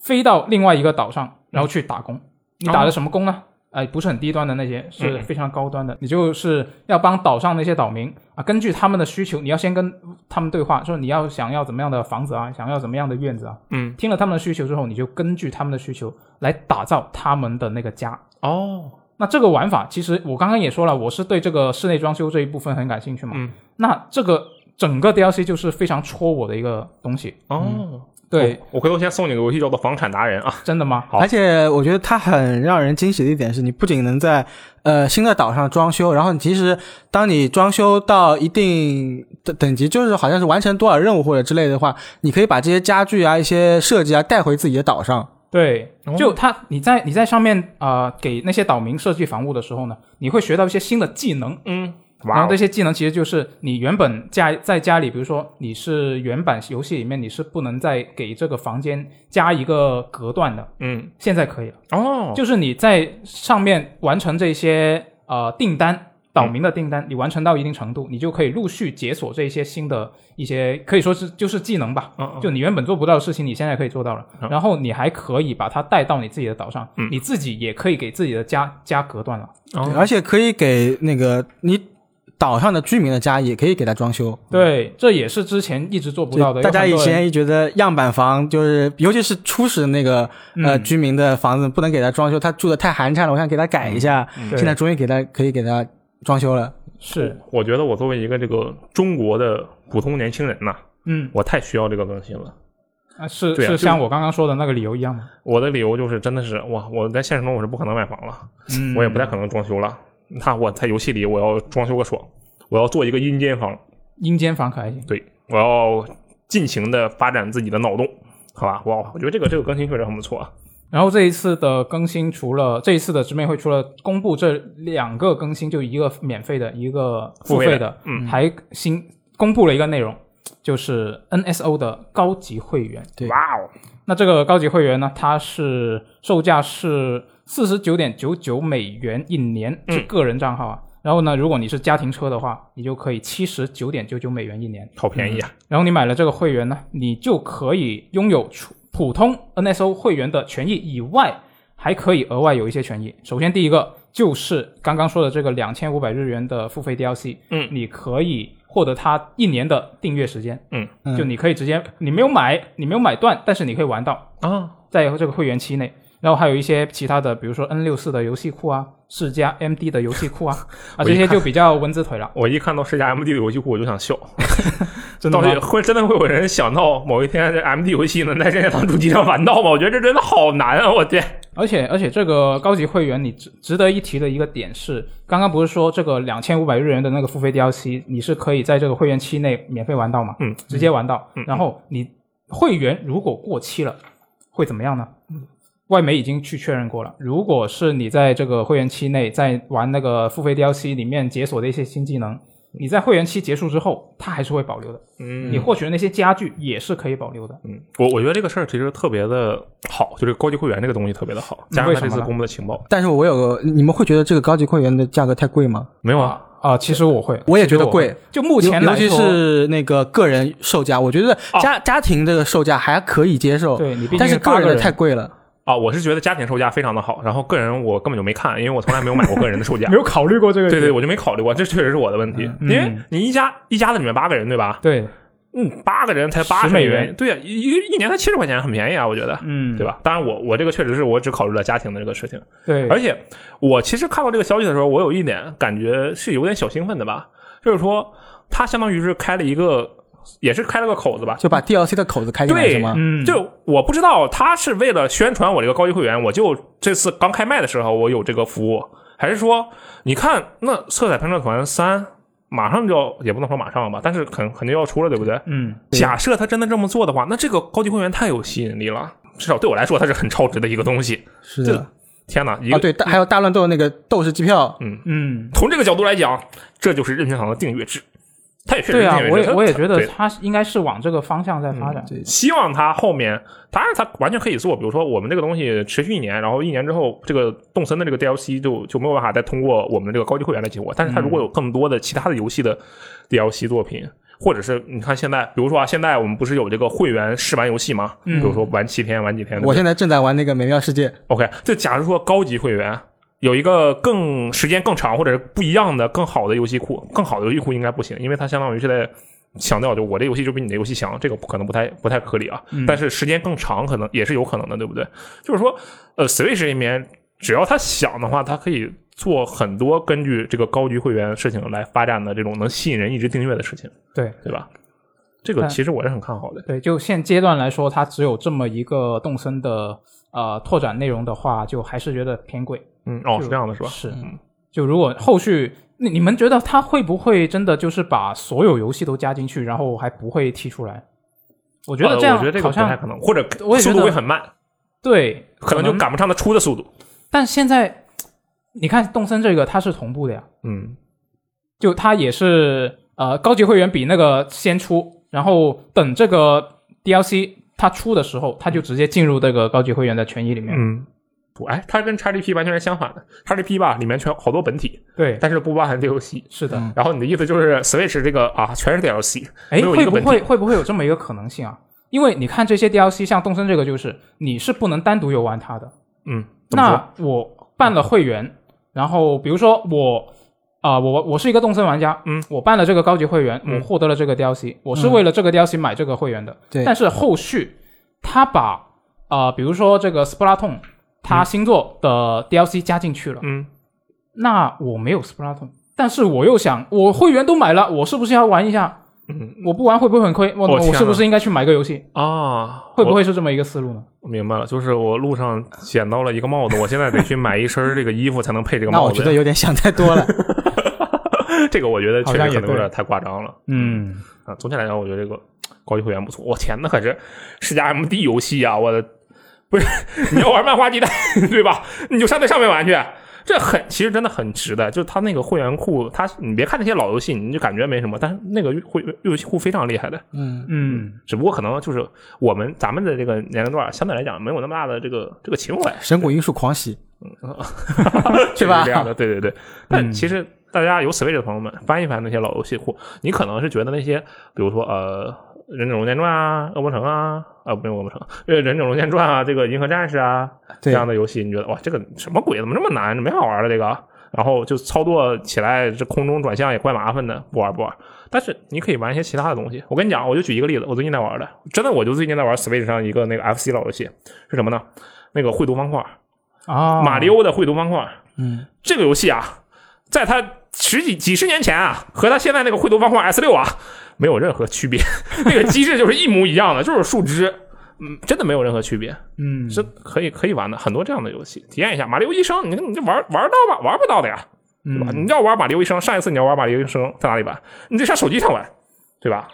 飞到另外一个岛上，然后去打工。你打的什么工呢？哎、不是很低端的那些，是
哦嗯
非常高端的。你就是要帮岛上那些岛民啊，根据他们的需求，你要先跟他们对话，说你要想要怎么样的房子啊，想要怎么样的院子啊，
嗯，
听了他们的需求之后，你就根据他们的需求来打造他们的那个家。
哦，
那这个玩法，其实我刚刚也说了，我是对这个室内装修这一部分很感兴趣嘛。
嗯
那这个整个 DLC 就是非常戳我的一个东西。
哦，
嗯对，
我，我回头先送你个游戏叫做《房产达人》啊。
真的吗？
好
而且我觉得它很让人惊喜的一点是，你不仅能在呃新的岛上装修，然后你其实当你装修到一定的等级，就是好像是完成多少任务或者之类的话，你可以把这些家具啊、一些设计啊带回自己的岛上。
对，
哦
就它，你在你在上面啊、呃给那些岛民设计房屋的时候呢，你会学到一些新的技能。
嗯，
然
哇
后
哦，
这些技能其实就是你原本家在家里，比如说你是原版游戏里面你是不能再给这个房间加一个隔断的，
嗯，
现在可以了。
哦，
就是你在上面完成这些呃订
嗯
单岛民的订单，你完成到一定程度，你就可以陆续解锁这些新的一些可以说是就是技能吧，
嗯嗯
就你原本做不到的事情，你现在可以做到了，
嗯
然后你还可以把它带到你自己的岛上，
嗯
你自己也可以给自己的家家隔断了。
对
哦
而且可以给那个你岛上的居民的家也可以给他装修。
对，这也是之前一直做不到的。
大家
有很
以
多人
前也觉得样板房就是，尤其是初始那个呃
嗯
居民的房子不能给他装修，他住的太寒碜了，我想给他改一下。
对
现在终于给他可以给他装修了。
是
我觉得我作为一个这个中国的普通年轻人呐、
嗯
我太需要这个更新了。
啊是
对啊
是
就是
像我刚刚说的那个理由一样吗？
我的理由就是，真的是哇，我在现实中我是不可能买房了，
嗯
我也不太可能装修了。那我在游戏里我要装修个爽，我要做一个阴间房，
阴间房可还行。
对我要尽情的发展自己的脑洞，好吧？哇，我觉得这个这个更新确实很不错啊。
然后这一次的更新，除了这一次的直面会，除了公布这两个更新，就一个免费的，一个付
付费
费
的
的，
嗯
还新公布了一个内容，就是 NSO 的高级会员。
对
哇哦，
那这个高级会员呢，它是售价是四十九点九九美元一年，
嗯
是个人账号啊。然后呢，如果你是家庭车的话，你就可以七十九点九九美元一年。
好便宜啊！
然后你买了这个会员呢，你就可以拥有除普通 NSO 会员的权益以外，还可以额外有一些权益。首先，第一个就是刚刚说的这个两千五百日元的付费 DLC，
嗯
你可以获得它一年的订阅时间，
嗯
嗯
就你可以直接你没有买，你没有买断，但是你可以玩到，
啊，
在这个会员期内。然后还有一些其他的，比如说 N 六四的游戏库啊，世嘉 MD 的游戏 库啊，啊
我
这
一
些
看
就比较蚊子腿了，
我一看到世嘉 MD 的游戏库我就想笑，
真的
到
吗
底会真的会有人想到某一天这 MD 游戏能在任天堂主机上玩到吗？我觉得这真的好难啊！我天，
而且而且这个高级会员，你值值得一提的一个点是，刚刚不是说这个两千五百日元的那个付费 DLC，你是可以在这个会员期内免费玩到嘛？
嗯，
直接玩到。然后你会员如果过期了，会怎么样呢？外媒已经去确认过了，如果是你在这个会员期内在玩那个付费 DLC 里面解锁的一些新技能，你在会员期结束之后，它还是会保留的。
嗯
你获取的那些家具也是可以保留的。
嗯，我我觉得这个事儿其实特别的好，就是高级会员这个东西特别的好，加上
为
他
什么
这次
呢
公布的情报，
但是我有个，你们会觉得这个高级会员的价格太贵吗？
没有啊？
啊、其实我会，
我也觉
其实
得
会
贵。
就目前
尤
来
尤其
说
是那个个人售价，我觉得家、家庭这个售价还可以接受，
对你毕竟
但是
是八个
个人的
人。
太贵了。
啊，我是觉得家庭售价非常的好，然后个人我根本就没看，因为我从来没有买过个人的售价
有考虑过这个
对嗯对，我就没考虑过，这确实是我的问题，因为你一家一家子里面八个人对吧？
对，
嗯，八个人才八
10美元
对呀、一一一年才七十块钱，很便宜啊，我觉得，
嗯
对吧？当然我，我这个确实是我只考虑了家庭的这个事情，
对，
而且我其实看到这个消息的时候，我有一点感觉是有点小兴奋的吧，就是说它相当于是开了一个，也是开了个口子吧，
就把 DLC 的口子开进来
对
是吗？
嗯，
就我不知道他是为了宣传我这个高级会员，我就这次刚开卖的时候我有这个服务，还是说你看那《色彩喷射团三》马上就要，也不能说马上吧，但是肯肯定要出了，对不对？
嗯，
假设他真的这么做的话，那这个高级会员太有吸引力了，至少对我来说它是很超值的一个东西。
是的
天哪，一个、
啊，对，大还有大乱斗那个斗士机票，
嗯，
从这个角度来讲，这就是任天堂的订阅制，它也确实
对
是
啊
订阅，制
我也
它
我也觉得
对嗯
他应该是往这个方向在发展。
对
希望它后面，当然它完全可以做，比如说我们这个东西持续一年，然后一年之后，这个动森的这个 DLC 就就没有办法再通过我们的这个高级会员来激活。但是它如
嗯
果有更多的其他的游戏的 DLC 作品，或者是你看现在，比如说啊，现在我们不是有这个会员试玩游戏吗？
嗯
比如说玩七天，玩几天。对
我
不对
现在正在玩那个《美妙世界》，
OK，就假如说高级会员。有一个更时间更长或者是不一样的更好的游戏库，更好的游戏库应该不行，因为它相当于是在强调，就我这游戏就比你的游戏强，这个不可能不太不太合理啊。
嗯
但是时间更长可能也是有可能的，对不对？就是说，呃，Switch 里面只要他想的话，他可以做很多根据这个高级会员事情来发展的这种能吸引人一直订阅的事情，
对
对吧？这个
哎
其实我是很看好的。
对，就现阶段来说，它只有这么一个动森的呃拓展内容的话，就还是觉得偏贵。
嗯，哦，是这样的，是吧？
是，就如果后续。那你们觉得它会不会真的就是把所有游戏都加进去，然后还不会踢出来？我觉得
呃
这样
我觉得这个
好
不太
像
可能，或者
我也觉
速度
得
会很慢，
对，
可能就赶不上它出的速度。
但现在你看动森这个它是同步的呀，
嗯，
就它也是呃高级会员比那个先出，然后等这个 DLC 它出的时候，它就直接进入这个高级会员的权益里面。
嗯，哎，它跟 XGP 完全是相反的，XGP 吧里面全好多本体，
对，
但是不包含 DLC。
是的。
然后你的意思就是 Switch 这个啊，全是 DLC，
哎，
嗯没有一
会
个
不
本体。
会会不会有这么一个可能性啊？因为你看这些 DLC，像动森这个就是你是不能单独游玩它的。
嗯，怎么说
那我办了会员，然后比如说我啊、我我是一个动森玩家，
嗯，
我办了这个高级会员，
嗯
我获得了这个 DLC，我是为了这个 DLC 买这个会员的。
对
但是后续他把啊、比如说这个 Splatoon，他星座的 DLC 加进去了，
嗯，
那我没有 Splatoon，但是我又想，我会员都买了，我是不是要玩一下？
嗯，
我不玩会不会很亏？我、
我天啊
我
哪
是不是应该去买个游戏？
啊，
会不会是这么一个思路呢？
我明白了？就是我路上捡到了一个帽子，我现在得去买一身这个衣服才能 配这个
那我
帽
啊
觉
子
得
呀。
有点想太多了。
这个我觉得确
好
实
像也
可能
对
有点太夸张了
嗯，
啊。总体来讲，我觉得这个高级会员不错。我天，那可是世家 MD 游戏啊！我的不是你要玩漫画地带 对吧？你就上那上面玩去。这很，其实真的很值的。就是他那个会员库，他你别看那些老游戏，你就感觉没什么，但是那个会游戏库非常厉害的。
嗯，
嗯，
只不过可能就是我们咱们的这个年龄段儿，相对来讲没有那么大的这个这个情怀，
神谷英树狂喜，
确实
吧嗯
这样的，对对对。但其实大家有 Switch 的朋友们，翻一翻那些老游戏库，你可能是觉得那些，比如说呃《忍者龙剑传》啊，《恶魔城》啊，啊没有《恶魔城》， 呃《忍者龙剑传》啊，这个《银河战士》啊这
对
样的游戏，你觉得哇，这个什么鬼？怎么这么难？没好玩了这个。然后就操作起来，这空中转向也怪麻烦的，不玩不玩。但是你可以玩一些其他的东西。我跟你讲，我就举一个例子，我最近在玩的，真的，我就最近在玩 Switch 上一个那个 FC 老游戏，是什么呢？那个绘图方块，
啊，
马里欧的绘图方块。
哦嗯，
这个游戏啊，在它十几几十年前啊，和它现在那个绘图方块 S 六啊，没有任何区 别，那个机制就是一模一样的，就是树枝。嗯，真的没有任何区别，
嗯，
是可以可以玩的很多这样的游戏，体验一下《马里奥医生》你，你这玩玩到吧，玩不到的呀，
嗯
对吧？你要玩《马里奥医生》，上一次你要玩《马里奥医生》在哪里玩？你得上手机上玩，对吧？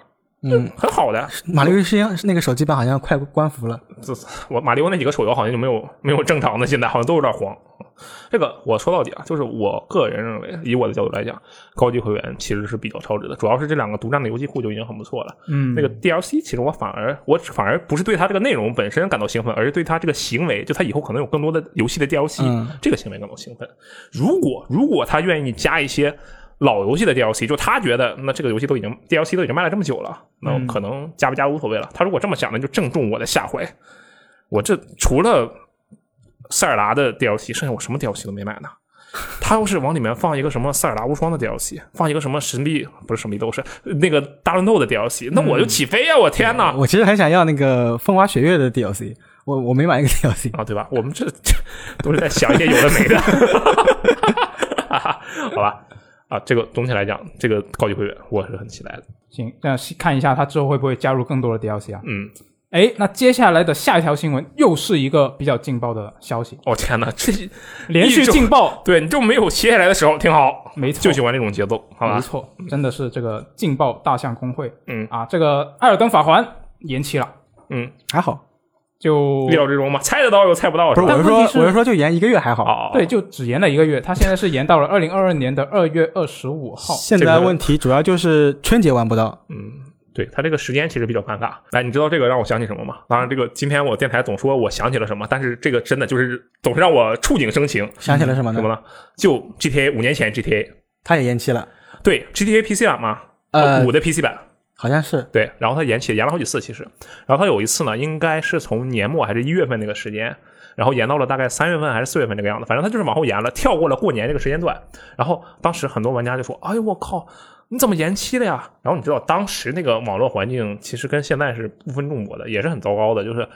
嗯，
很好的，
马里奥是那个手机版好像快关服了。
我马里奥那几个手游好像就没有没有正常的，现在好像都有点黄。这个我说到底啊，就是我个人认为，以我的角度来讲，高级会员其实是比较超值的，主要是这两个独占的游戏库就已经很不错了。
嗯
那个 DLC 其实我反而我反而不是对它这个内容本身感到兴奋，而是对它这个行为，就它以后可能有更多的游戏的 DLC，、
嗯
这个行为感到兴奋。如果如果他愿意加一些老游戏的 DLC，就他觉得那这个游戏都已经 DLC 都已经卖了这么久了，那我可能加不加无所谓了。他如果这么想，那就正中我的下怀。我这除了塞尔达的 DLC，剩下我什么 DLC 都没买呢。他要是往里面放一个什么塞尔达无双的 DLC，放一个什么神秘不是神秘斗士那个大乱斗的 DLC，那
嗯
我就起飞呀、我天哪！
我其实很想要那个风花雪月的 DLC，我我没买那个 DLC。
啊，对吧？我们这都是在想一些有的没的， 好吧？啊，这个总体来讲，这个高级会员我是很期待的。
行，那看一下它之后会不会加入更多的 DLC 啊？
嗯，
哎，那接下来的下一条新闻又是一个比较劲爆的消 息，
哦天哪，这
连续
一周
劲爆，
对你就没有歇下来的时候，挺好，
没错，
就喜欢这种节奏，好
没
吧？
错，真的是这个劲爆大象公会，
嗯
啊，这个《艾尔登法环》延期了，
嗯，
还好，
就
意料之中嘛，猜得到又猜不到
嗯不
吧？
是，
但问
我是说
题是
我是说就延一个月还好。
哦，
对，，就只延了一个月，它现在是延到了二零二二年的二月二十五 号。
现
这
在
个
问题主要就是春节玩不到，
嗯。对他这个时间其实比较尴尬，哎，你知道这个让我想起什么吗？当然，这个今天我电台总说我想起了什么，但是这个真的就是总是让我触景生情。
想起了什么
什
呢
么？呢？就 GTA 五年前 GTA，
它也延期了，
对 GTA PC 版嘛，
呃
五的 PC 版，
好像是
对，然后它延期延了好几次，其实，然后它有一次呢，应该是从年末还是一月份那个时间，然后延到了大概三月份还是四月份这个样子，反正它就是往后延了，跳过了过年这个时间段。然后当时很多玩家就说：“哎呦我靠，你怎么延期了呀？”然后你知道当时那个网络环境其实跟现在是不分众博的，也是很糟糕的，就是。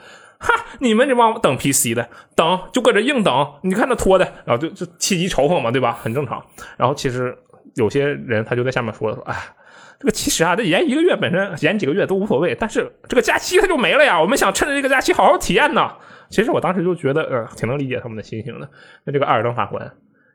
哈！你们这帮等 PC 的，等就搁这硬等，你看这拖的，然后就就气急嘲讽嘛，对吧？很正常。然后其实有些人他就在下面说了说，哎，这个其实啊，这延一个月本身延几个月都无所谓，但是这个假期它就没了呀。我们想趁着这个假期好好体验呢。其实我当时就觉得，呃，挺能理解他们的心情的。那这个《艾尔登法环》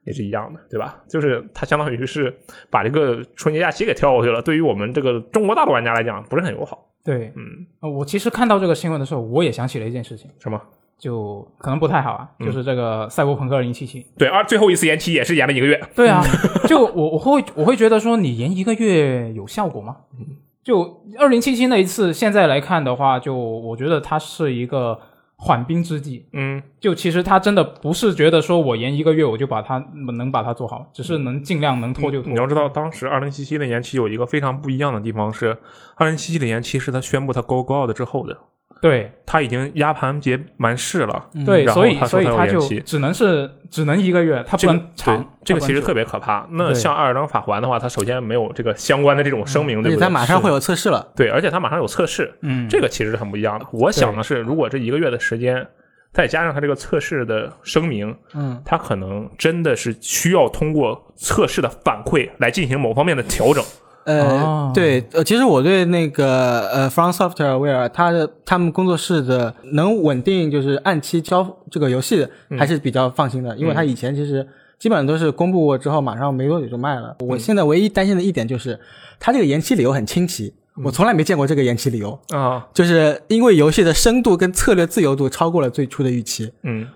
也是一样的，对吧？就是它相当于是把这个春节假期给跳过去了。对于我们这个中国大陆玩家来讲，不是很友好。
对，
嗯，
呃我其实看到这个新闻的时候，我也想起了一件事情，
什么？
就可能不太好啊，
嗯
就是这个《赛博朋克2077》。
对，而最后一次延期也是延了一个月。
对啊，
嗯
就我我会我会觉得说，你延一个月有效果吗？
嗯
就二零七七那一次，现在来看的话，就我觉得它是一个缓兵之计。
嗯，
就其实他真的不是觉得说我延一个月我就把它能把它做好，只是能尽量能拖就拖。
嗯你要知道，当时二零七七的延期有一个非常不一样的地方是，二零七七的延期是他宣布他 Go Go Out 之后的，
对
他已经压盘节完事了。
嗯
对，
嗯然后
所以
他说
所以
他有
他
延
就
期
只能是只能一个月，他不
这个
能长。
对这个
它不能
其实
久
特别可怕。那
对
像《艾尔登法环》的话，它首先没有这个相关的这种声明，
嗯而
对
且
不对？
它马上会有测试了，
对，而且它马上有测试，
嗯，
这个其实是很不一样的。我想的是，如果这一个月的时间，再加上它这个测试的声明，
嗯，
它可能真的是需要通过测试的反馈来进行某方面的调整。
呃，
哦
对，呃，其实我对那个呃，From Software 它的他们工作室的能稳定就是按期交这个游戏的
嗯
还是比较放心的，因为它以前其实基本上都是公布过之后马上没多久就卖
嗯
了。我现在唯一担心的一点就是，它这个延期理由很清奇，
嗯
我从来没见过这个延期理由，
啊，
就是因为游戏的深度跟策略自由度超过了最初的预期。
嗯，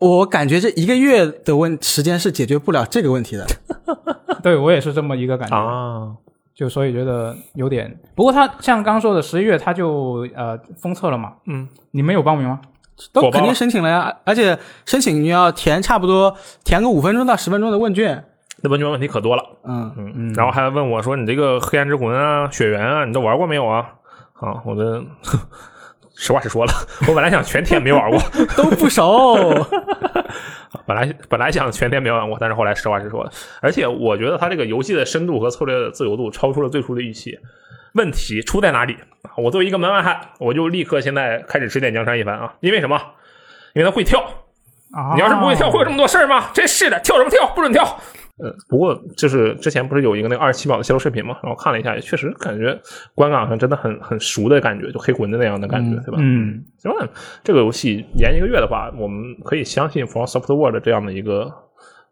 我我感觉这一个月的问时间是解决不了这个问题的。
对我也是这么一个感觉。
啊，
就所以觉得有点。不过他像刚刚说的，十一月他就呃封测了嘛，
嗯，
你们有报名吗？
都
火爆
肯定
了
申请了呀，而且申请你要填差不多填个五分钟到十分钟的问卷，
那问卷问题可多了。
嗯，
嗯，然后还问我说：“你这个黑暗之魂啊、血缘啊，你都玩过没有啊？”啊，我的 实话实说了， 我本来想全天没玩过，
都不熟。
本来本来想全天没玩过，但是后来实话实说了。而且我觉得它这个游戏的深度和策略的自由度超出了最初的预期。问题出在哪里？我作为一个门外汉，我就立刻现在开始指点江山一番啊！因为什么？因为它会跳。
啊，
你要是不会跳，会有这么多事儿吗？真是的，跳什么跳？不准跳。呃，不过就是之前不是有一个那个二十七秒的泄露视频嘛，然后看了一下，也确实感觉观感上真的很很熟的感觉，就黑魂的那样的感觉，对吧？
嗯，
另外，这个游戏延一个月的话，我们可以相信 From Software 的这样的一个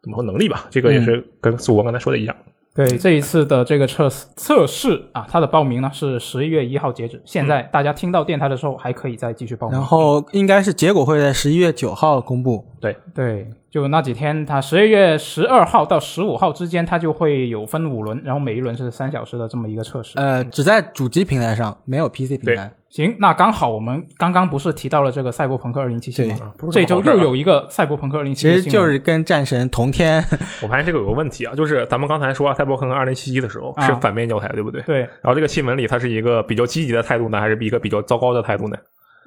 怎么说能力吧？这个也是跟苏国刚才说的一样。
对这一次的这个测试测试啊，它的报名呢是十一月一号截止，现在大家听到电台的时候还可以再继续报名
然。后应该是结果会在十一月九号公布，
对，就那几天，它十一月十二号到十五号之间，它就会有分五轮，然后每一轮是三小时的这么一个测试。
呃，只在主机平台上，没有 PC 平台。
行，那刚好我们刚刚不是提到了这个《赛博朋克2077》吗？
不是
这
什
周
么好事儿啊
又有一个《赛博朋克2077》
其
的
实
新闻，
就是跟战神同天，
我发现这个有个问题啊，就是咱们刚才说赛博朋克二零七七的时候
啊
是反面教材，对不对？
对，
然后这个新闻里，它是一个比较积极的态度呢，还是一个比较糟糕的态度呢？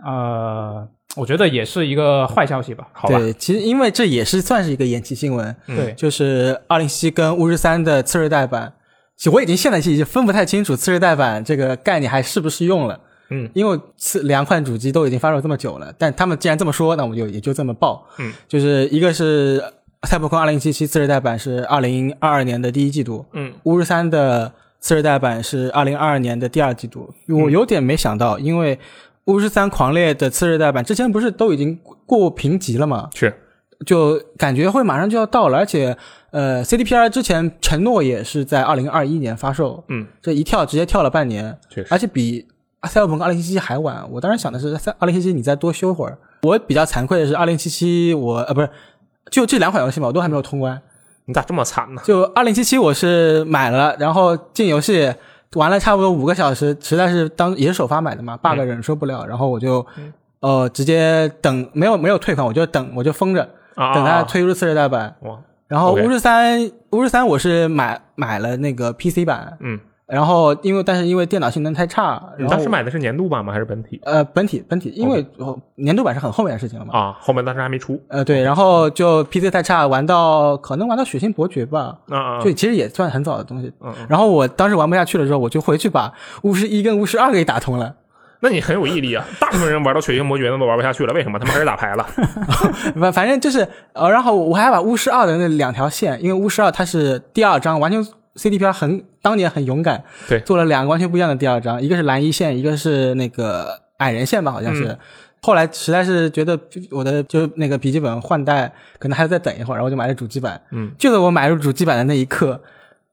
呃，我觉得也是一个坏消息吧。
好吧，
对，其实因为这也是算是一个延期新闻，
嗯
对，
就是二零七跟巫师三的次世代版，其实我已经现在已经分不太清楚次世代版这个概念还适不适用了。
嗯，
因为次两款主机都已经发售这么久了，但他们既然这么说，那我们就也就这么报。
嗯，
就是一个是《赛博朋克2077》次世代版是2022年的第一季度，
嗯，
巫师三的次世代版是2022年的第二季度。
嗯
我有点没想到，因为巫师三狂猎的次世代版之前不是都已经过评级了吗？
是
就感觉会马上就要到了，而且呃，CDPR 之前承诺也是在二零二一年发售，
嗯，
这一跳直接跳了半年，
确实
而且比《赛博朋克二零七七》还晚。我当时想的是，赛二零七七你再多休会儿。我比较惭愧的是，二零七七我呃不是，就这两款游戏嘛，我都还没有通关。
你咋这么惨呢？
就二零七七我是买了，然后进游戏玩了差不多五个小时，实在是当也是首发买
嗯
的嘛，bug 忍受不了，然后我就呃直接等没有没有退款，我就等我就封着。
啊，
等它推出次世代版。
哇，
然后
OK
巫师三，巫师三我是买买了那个 PC 版，
嗯，
然后因为但是因为电脑性能太差，
你
然后
当时
我
买的是年度版吗？还是本体？
呃本体本体，因为哦年度版是很后面的事情了嘛。
啊，后面当时还没出
呃对，然后就 PC 太差，玩到可能玩到血腥伯爵吧，
啊啊
就其实也算很早的东西。
嗯嗯
然后我当时玩不下去了之后，我就回去把巫师一跟巫师二给打通了。
那你很有毅力啊！大部分人玩到血腥魔爵那都玩不下去了，为什么？他们开始打牌了。
反反正就是，呃，然后我还把巫师二的那两条线，因为巫师二它是第二章，完全 CDPR 很当年很勇敢，
对
做了两个完全不一样的第二章，一个是蓝衣线，一个是那个矮人线吧，好像
嗯
是。后来实在是觉得我的就是那个笔记本换代，可能还要再等一会儿，然后我就买了主机版。
嗯，
就在我买入主机版的那一刻，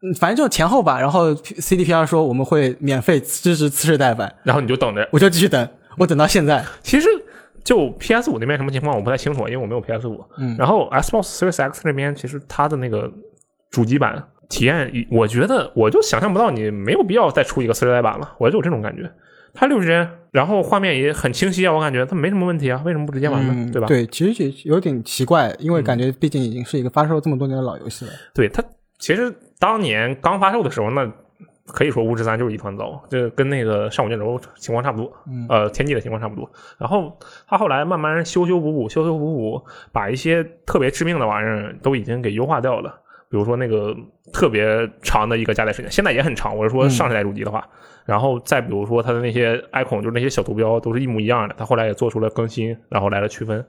嗯反正就前后吧，然后 CDPR 说我们会免费支持次世代版，
然后你就等着。
我就继续等，我等到现在。
其实就 PS 五那边什么情况我不太清楚，因为我没有 PS 五。
嗯
然后 Xbox Series X 那边其实它的那个主机版体验，我觉得我就想象不到你没有必要再出一个次世代版了，我就有这种感觉。它六十帧，然后画面也很清晰啊，我感觉它没什么问题啊，为什么不直接玩呢？
嗯
对吧？嗯
对，其实也有点奇怪，因为感觉毕竟已经是一个发售这么多年的老游戏了。
对它其实当年刚发售的时候，那可以说《巫师三》就是一团糟，这跟那个《上古卷轴》情况差不多，呃，《天际》的情况差不多。然后它后来慢慢修修补补，修修补补，把一些特别致命的玩意儿都已经给优化掉了。比如说那个特别长的一个加载时间，现在也很长。我是说上世代主机的话，然后再比如说它的那些 icon，就是那些小图标都是一模一样的。它后来也做出了更新，然后来了区分。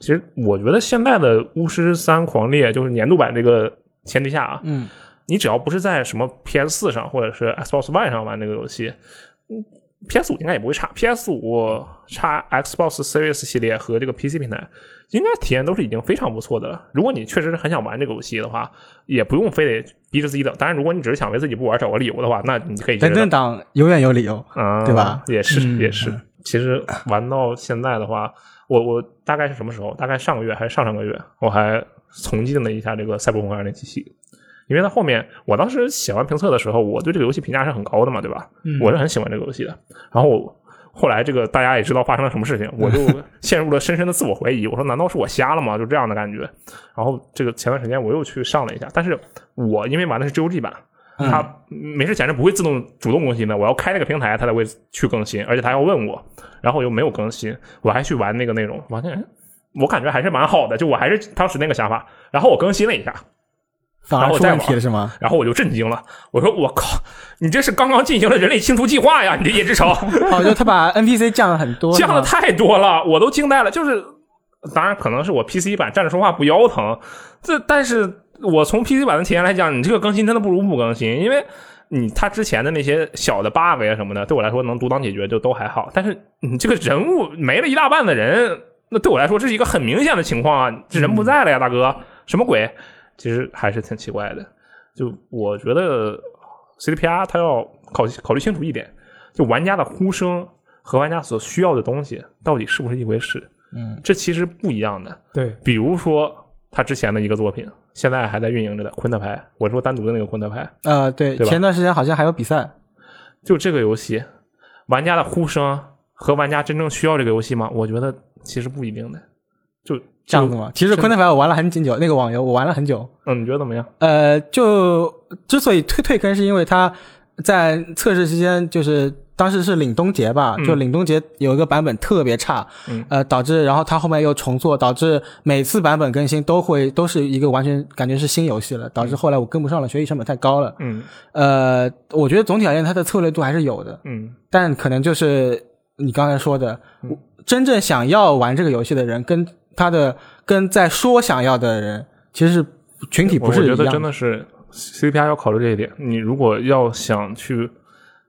其实我觉得现在的《巫师三：狂猎》就是年度版这个前提下啊，
嗯，
你只要不是在什么 PS 四上或者是 Xbox One 上玩这个游戏，嗯，PS 五应该也不会差。PS 五差 Xbox Series 系列和这个 PC 平台，应该体验都是已经非常不错的了。如果你确实是很想玩这个游戏的话，也不用非得逼着自己等。当然，如果你只是想为自己不玩找个理由的话，那你可以接
等
着
等党永远有理哦由。
啊，
对吧？
也是，
嗯
也是。其实玩到现在的话，我我大概是什么时候？大概上个月还是上上个月，我还重进了一下这个《赛博朋克2077》，因为它后面我当时写完评测的时候，我对这个游戏评价是很高的嘛，对吧？
嗯
我是很喜欢这个游戏的。然后我后来这个大家也知道发生了什么事情，我 就陷入了深深的自我怀疑。我说难道是我瞎了吗？就这样的感觉。然后这个前段时间我又去上了一下，但是我因为玩的是 GOG 版，
嗯
它没事闲着不会自动主动更新的，我要开那个平台它才会去更新，而且它要问我，然后我又没有更新，我还去玩那个内容，发现哎我感觉还是蛮好的，就我还是当时那个想法，然后我更新了一下，
反
然
而
后
出
再
问题
玩
了是吗？
然后我就震惊了，我说我靠，你这是刚刚进行了人类清除计划呀，你这夜之城。
哦，就他把 NPC 降了很多，
降的
是吗
太多了，我都惊呆了。就是，当然可能是我 PC 版站着说话不腰疼，这但是我从 PC 版的体验来讲，你这个更新真的不如不更新，因为你它之前的那些小的 bug 呀什么的，对我来说能独当解决就都还好。但是你这个人物没了一大半的人，那对我来说这是一个很明显的情况啊，这人不在了呀，大哥，什么鬼？其实还是挺奇怪的。就我觉得 CDPR 它要考考虑清楚一点，就玩家的呼声和玩家所需要的东西到底是不是一回事，
嗯，
这其实不一样的。
对，
比如说他之前的一个作品，现在还在运营着的《昆特牌》，我说单独的那个《昆特牌》，
呃，对，
对吧
前段时间好像还有比赛，
就这个游戏，玩家的呼声和玩家真正需要这个游戏吗？我觉得其实不一定的。就
这样子吗？其实昆特牌我玩了很久，那个网游我玩了很久。
嗯，你觉得怎么样？
呃，就之所以退退坑，是因为它在测试期间，就是当时是凛冬节吧，就凛冬节有一个版本特别差，
嗯
呃，导致然后它后面又重做，导致每次版本更新都会都是一个完全感觉是新游戏了，导致后来我跟不上了，学习成本太高了。
嗯
呃，我觉得总体而言它的策略度还是有的，
嗯
但可能就是你刚才说的，真正想要玩这个游戏的人，跟他的跟在说想要的人，其实是群体不是一
我觉得
样
真的是 CPI 要考虑这一点。你如果要想去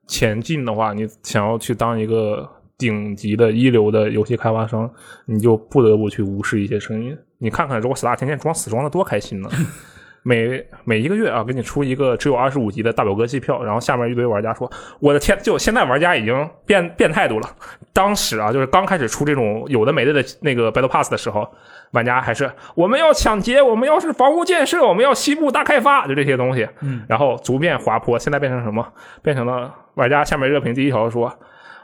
前进的话，你想要去当一个顶级的一流的游戏开发商，你就不得不去无视一些声音。你看看，如果 Star 天天装死装的多开心呢！ 每每一个月啊，给你出一个只有二十五级的大表哥机票，然后下面一堆玩家说：“我的天！”就现在玩家已经变变态度了。当时啊，就是刚开始出这种有的没的的那个 Battle Pass 的时候，玩家还是我们要抢劫，我们要是房屋建设，我们要西部大开发，就这些东西。嗯，然后逐渐滑坡，现在变成什么？变成了玩家下面热评第一条说。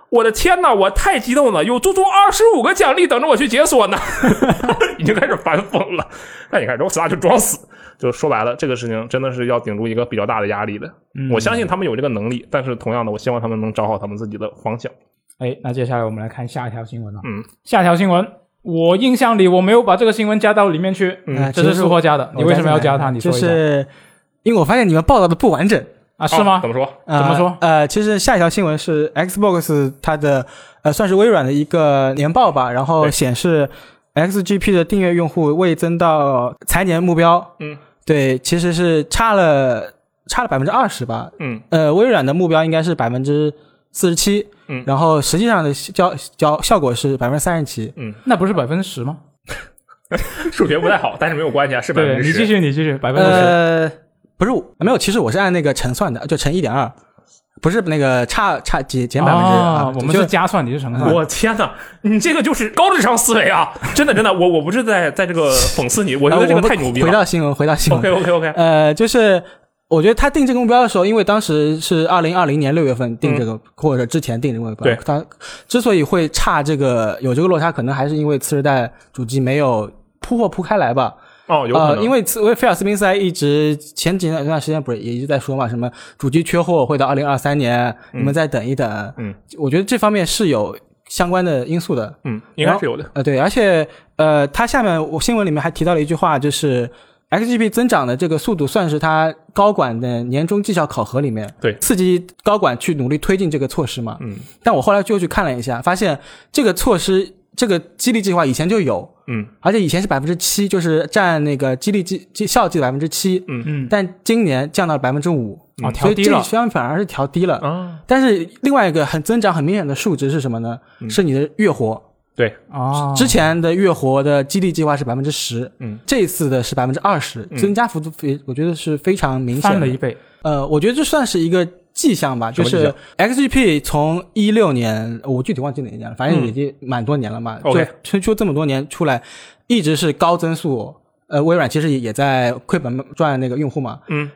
我的天呐，我太激动了，有足足二十五个奖励等着我去 解锁呢， 已经开始反讽了。 那你看，然后 Star 就装死，就说白了，这个事情真的是要顶住一个比较大的压力的。
嗯
我相信他们有这个能力，但是同样的，我希望他们能找好他们自己的方向。
哎，那接下来我们来看下一条新闻了。啊
嗯，
下条新闻，我印象里我没有把这个新闻加到里面去，
嗯
这是苏霍加的，你为什么要加它？你说
就
一下、
是因为我发现你们报道的不完整。
啊？是
啊
吗
怎？么说？
呃
怎么说？
呃，其实下一条新闻是 Xbox 它的呃算是微软的一个年报吧，然后
对
显示 XGP 的订阅用户未增到财年目标，
嗯，
对，其实是差了差了百分之二十吧，
嗯，
呃，微软的目标应该是百分之四十七，
嗯
然后实际上的效效效果是百分之三十七，
那不是百分之十吗？
数学不太好，但是没有关系啊，是百
对
分
你
之
继
十。
续，你继续，百分之十。
呃，不是我没有，其实我是按那个乘算的，就乘一点二，不是那个差差减减百分之
啊
哦
啊，，
我们
就是
加算，你是乘算。
我天呐，你这个就是高智商思维啊！真的真的，我我不是在在这个讽刺你，我觉
呃
得这个
们
太牛逼
回
了。
到新闻，回到新闻
OK。OK OK，
呃，就是我觉得他定这个目标的时候，因为当时是二零二零年六月份定这个，或者之前定这个目标，
嗯对
他之所以会差这个有这个落差，可能还是因为次世代主机没有铺货铺开来吧。
哦，有可
呃，
能，
因
为
为因为菲尔斯宾塞一直前几段时间不是也一直在说嘛，什么主机缺货会到二零二三年，你们再等一等。
嗯，
我觉得这方面是有相关的因素的。
嗯，应该是有的。
呃，对，而且呃，它下面我新闻里面还提到了一句话，就是 XGP 增长的这个速度算是它高管的年终绩效考核里面
对
刺激高管去努力推进这个措施嘛。
嗯
但我后来就去看了一下，发现这个措施这个激励计划以前就有，
嗯
而且以前是百分之七，就是占那个激励绩绩效绩的百分之七，
嗯，
但今年降到了百分之五，嗯
哦，
所
调
以
低
这
了嗯
个，相反而是调低了。
啊，
但是另外一个很增长很明显的数值是什么呢？是你的月活。
对，
嗯哦，
之前的月活的激励计划是百分之十，
嗯，
这一次的是百分之二十，增加幅度非我觉得是非常明
嗯
显
翻了
的。
一倍，
呃，我觉得这算是一个迹象吧，就
什么
是 XGP 从一六年，我具体忘记哪一年了，反正已经蛮多年了嘛，
嗯 OK
就推出这么多年出来，一直是高增速。呃，微软其实也也在亏本赚那个用户嘛，
嗯，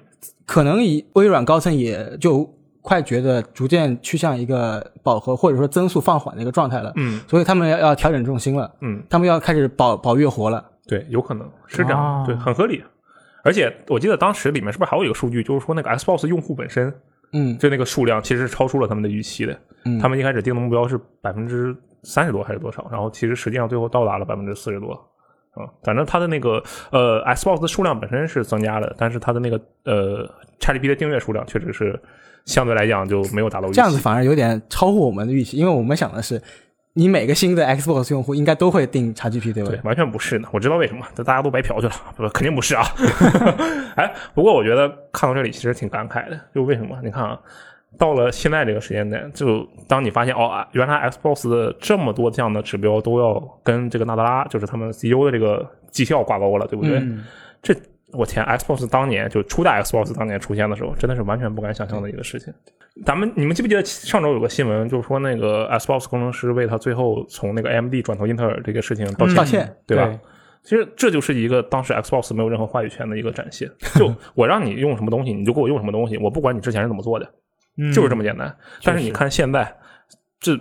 可能以微软高层也就快觉得逐渐趋向一个饱和或者说增速放缓的一个状态了，
嗯
所以他们要要调整重心了。
嗯，
他们要开始保保月活了。
对，有可能是这样
哦
的，对，很合理。而且我记得当时里面是不是还有一个数据，就是说那个 Xbox 用户本身
嗯，
就那个数量其实是超出了他们的预期的。
嗯
他们一开始定的目标是百分之三十多还是多少，然后其实实际上最后到达了百分之四十多。啊、反正它的那个呃 Xbox 的数量本身是增加了，但是它的那个呃 XGP 的订阅数量确实是相对来讲就没有达到预期。
这样子反而有点超乎我们的预期，因为我们想的是，你每个新的 Xbox 用户应该都会订 XGP，对吧？
对，完全不是呢。我知道为什么，但大家都白嫖去了，不肯定不是啊。 哎，不过我觉得看到这里其实挺感慨的，就为什么？你看啊，到了现在这个时间点，就当你发现哦，啊原来 Xbox 的这么多这样的指标都要跟这个纳德拉，就是他们 CEO 的这个绩效挂钩了，对不对？
嗯
这我天，Xbox 当年就初代 Xbox 当年出现的时候，真的是完全不敢想象的一个事情。咱们你们记不记得上周有个新闻，就是说那个 Xbox 工程师为他最后从那个 AMD 转投英特尔这个事情道歉，
道歉
对吧？
对
其实这就是一个当时 Xbox 没有任何话语权的一个展现。 就我让你用什么东西，你就给我用什么东西，我不管你之前是怎么做的，
嗯
就是这么简单。但是
确实
你看现在，这